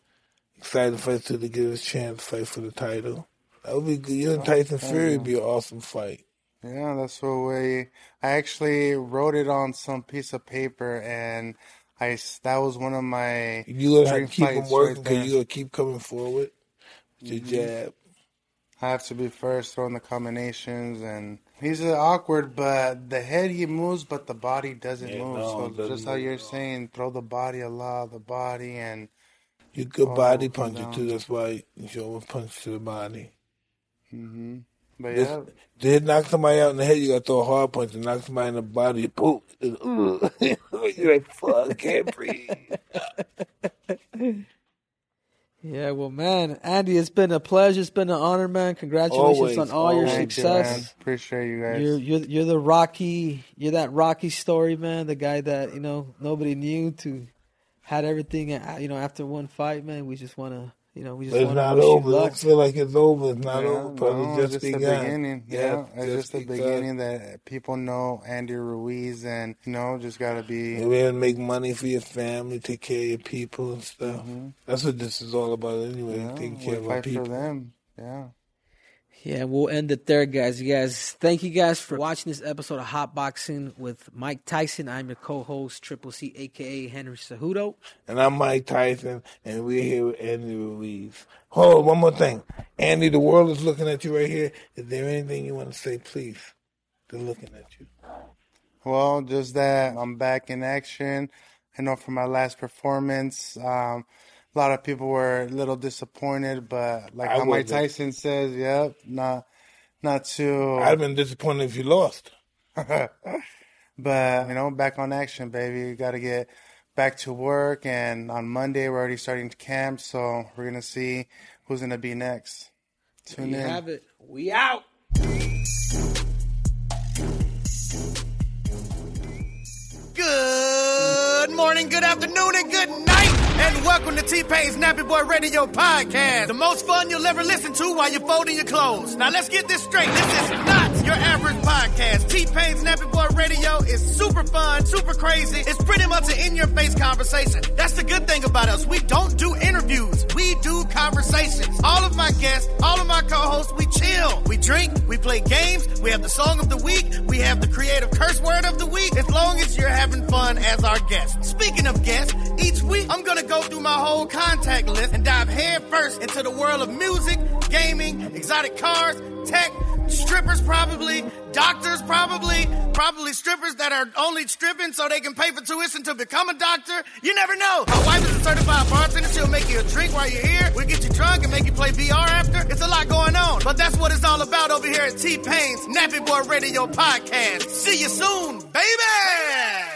Speaker 1: exciting fights to get his chance to fight for the title. That would be good. You
Speaker 3: Oh,
Speaker 1: and Tyson Fury would be an awesome fight.
Speaker 2: Yeah, that's what we. I actually wrote it on some piece of paper, and I s- that was one of my
Speaker 1: You gotta
Speaker 2: dream
Speaker 1: keep him
Speaker 2: fights
Speaker 1: working
Speaker 2: right
Speaker 1: because
Speaker 2: there.
Speaker 1: you gotta keep coming forward. With
Speaker 2: Mm-hmm.
Speaker 1: your jab.
Speaker 2: I have to be first, throwing the combinations, and he's uh, awkward. But the head he moves, but the body doesn't
Speaker 1: Yeah,
Speaker 2: move.
Speaker 1: no,
Speaker 2: so
Speaker 1: it doesn't
Speaker 2: just how
Speaker 1: move
Speaker 2: you're
Speaker 1: at all.
Speaker 2: saying, throw the body, allow the body, and
Speaker 1: You good
Speaker 2: Oh,
Speaker 1: body
Speaker 2: come
Speaker 1: puncher
Speaker 2: down.
Speaker 1: too. That's why you should always punch to the body.
Speaker 2: but
Speaker 1: This,
Speaker 2: yeah,
Speaker 1: Did knock somebody out in the head, you gotta throw a hard punch and knock somebody in the body. Boom. You're like, fuck, I can't breathe.
Speaker 3: Yeah, well, man, Andy, it's been a pleasure. It's been an honor, man. Congratulations
Speaker 1: Always, Oh,
Speaker 3: on all your
Speaker 1: always,
Speaker 2: thank you, man.
Speaker 3: success.
Speaker 2: Appreciate you
Speaker 3: You
Speaker 2: guys.
Speaker 3: are you're you're the Rocky. You're that Rocky story, man. The guy that you know nobody knew to had everything. uh, You know, after one fight, man, we just wanna you know we just
Speaker 1: But it's
Speaker 3: wanna
Speaker 1: not
Speaker 3: wish
Speaker 1: over.
Speaker 3: you luck.
Speaker 1: Don't feel like it's over. It's not
Speaker 2: Yeah,
Speaker 1: over, brother.
Speaker 2: no,
Speaker 1: just,
Speaker 2: it's just the
Speaker 1: begun.
Speaker 2: beginning. Yeah,
Speaker 1: Yeah,
Speaker 2: it's just the
Speaker 1: begun.
Speaker 2: beginning that people know Andy Ruiz, and you know, just gotta be.
Speaker 1: You'll be able to make money for your family, take care of your people and stuff. That's what this is all about anyway,
Speaker 2: Mm-hmm. Yeah,
Speaker 1: taking care
Speaker 2: we
Speaker 1: of our
Speaker 2: fight for
Speaker 1: people.
Speaker 2: them. Yeah.
Speaker 3: Yeah, we'll end it there, guys. You guys, thank you guys for watching this episode of Hot Boxing with Mike Tyson. I'm your co-host, Triple C, aka Henry Cejudo.
Speaker 1: And I'm Mike Tyson, and we're here with Andy Ruiz. Hold on, one more thing. Andy, the world is looking at you right here. Is there anything you want to say, please? They're looking at you.
Speaker 2: Well, just that I'm back in action. I know from my last performance, um, a lot of people were a little disappointed, but like
Speaker 1: I
Speaker 2: how Mike
Speaker 1: wasn't.
Speaker 2: Tyson says, "Yep, not not too."
Speaker 1: I'd have been disappointed if you lost.
Speaker 2: But you know, back on action, baby. You got to get back to work, and on Monday we're already starting camp, so we're gonna see who's gonna be next.
Speaker 3: There
Speaker 2: Tune
Speaker 3: you
Speaker 2: in.
Speaker 3: have it. We out.
Speaker 4: Good morning, good afternoon, and good night. And welcome to T-Pain's Nappy Boy Radio Podcast. The most fun you'll ever listen to while you're folding your clothes. Now let's get this straight. This is not your average podcast. T-Pain's Nappy Boy Radio is super fun, super crazy. It's pretty much an in-your-face conversation. That's the good thing about us. We don't do interviews. We do conversations. All of my guests, all of my co-hosts, we chill. We drink, we play games, we have the song of the week, we have the creative curse word of the week, as long as you're having fun as our guest. Speaking of guests, each week I'm gonna go through my whole contact list and dive headfirst into the world of music, gaming, exotic cars, tech, strip strippers probably, doctors probably, probably strippers that are only stripping so they can pay for tuition to become a doctor. You never know. My wife is a certified bartender. She'll make you a drink while you're here. We'll get you drunk and make you play VR after. It's a lot going on, but that's what it's all about over here at T-Pain's Nappy Boy Radio Podcast. See you soon, baby!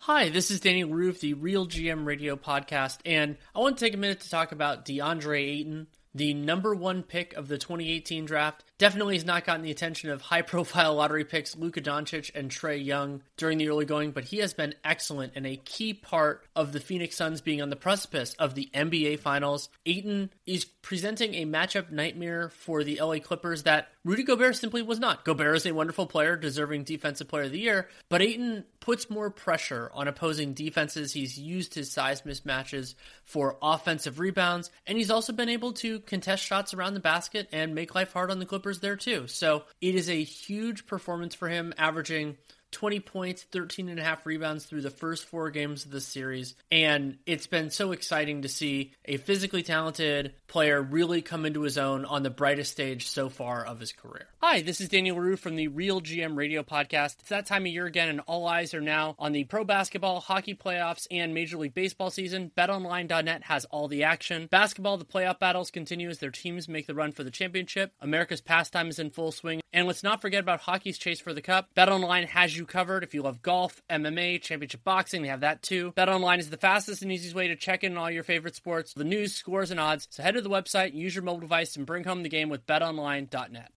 Speaker 5: Hi, this is Danny Roof, the Real GM Radio podcast, and I want to take a minute to talk about DeAndre Ayton, the number one pick of the 2018 draft. Definitely has not gotten the attention of high profile lottery picks Luka Doncic and Trey Young during the early going, but he has been excellent and a key part of the Phoenix Suns being on the precipice of the NBA Finals. Ayton is presenting a matchup nightmare for the LA Clippers that Rudy Gobert simply was not. Gobert is a wonderful player, deserving Defensive Player of the Year, but Ayton puts more pressure on opposing defenses. He's used his size mismatches for offensive rebounds, and he's also been able to contest shots around the basket and make life hard on the Clippers there too. So it is a huge performance for him, averaging 20 points, 13 and a half rebounds through the first four games of the series. And it's been so exciting to see a physically talented player really come into his own on the brightest stage so far of his career. Hi, this is Daniel LaRue from the Real GM Radio Podcast. It's that time of year again, and all eyes are now on the pro basketball, hockey playoffs, and Major League Baseball season. BetOnline.net has all the action. Basketball, the playoff battles continue as their teams make the run for the championship. America's pastime is in full swing. And let's not forget about hockey's chase for the cup. BetOnline has you covered. If you love golf, MMA, championship boxing, they have that too. BetOnline is the fastest and easiest way to check in on all your favorite sports, the news, scores, and odds. So head to the website, use your mobile device, and bring home the game with betonline.net.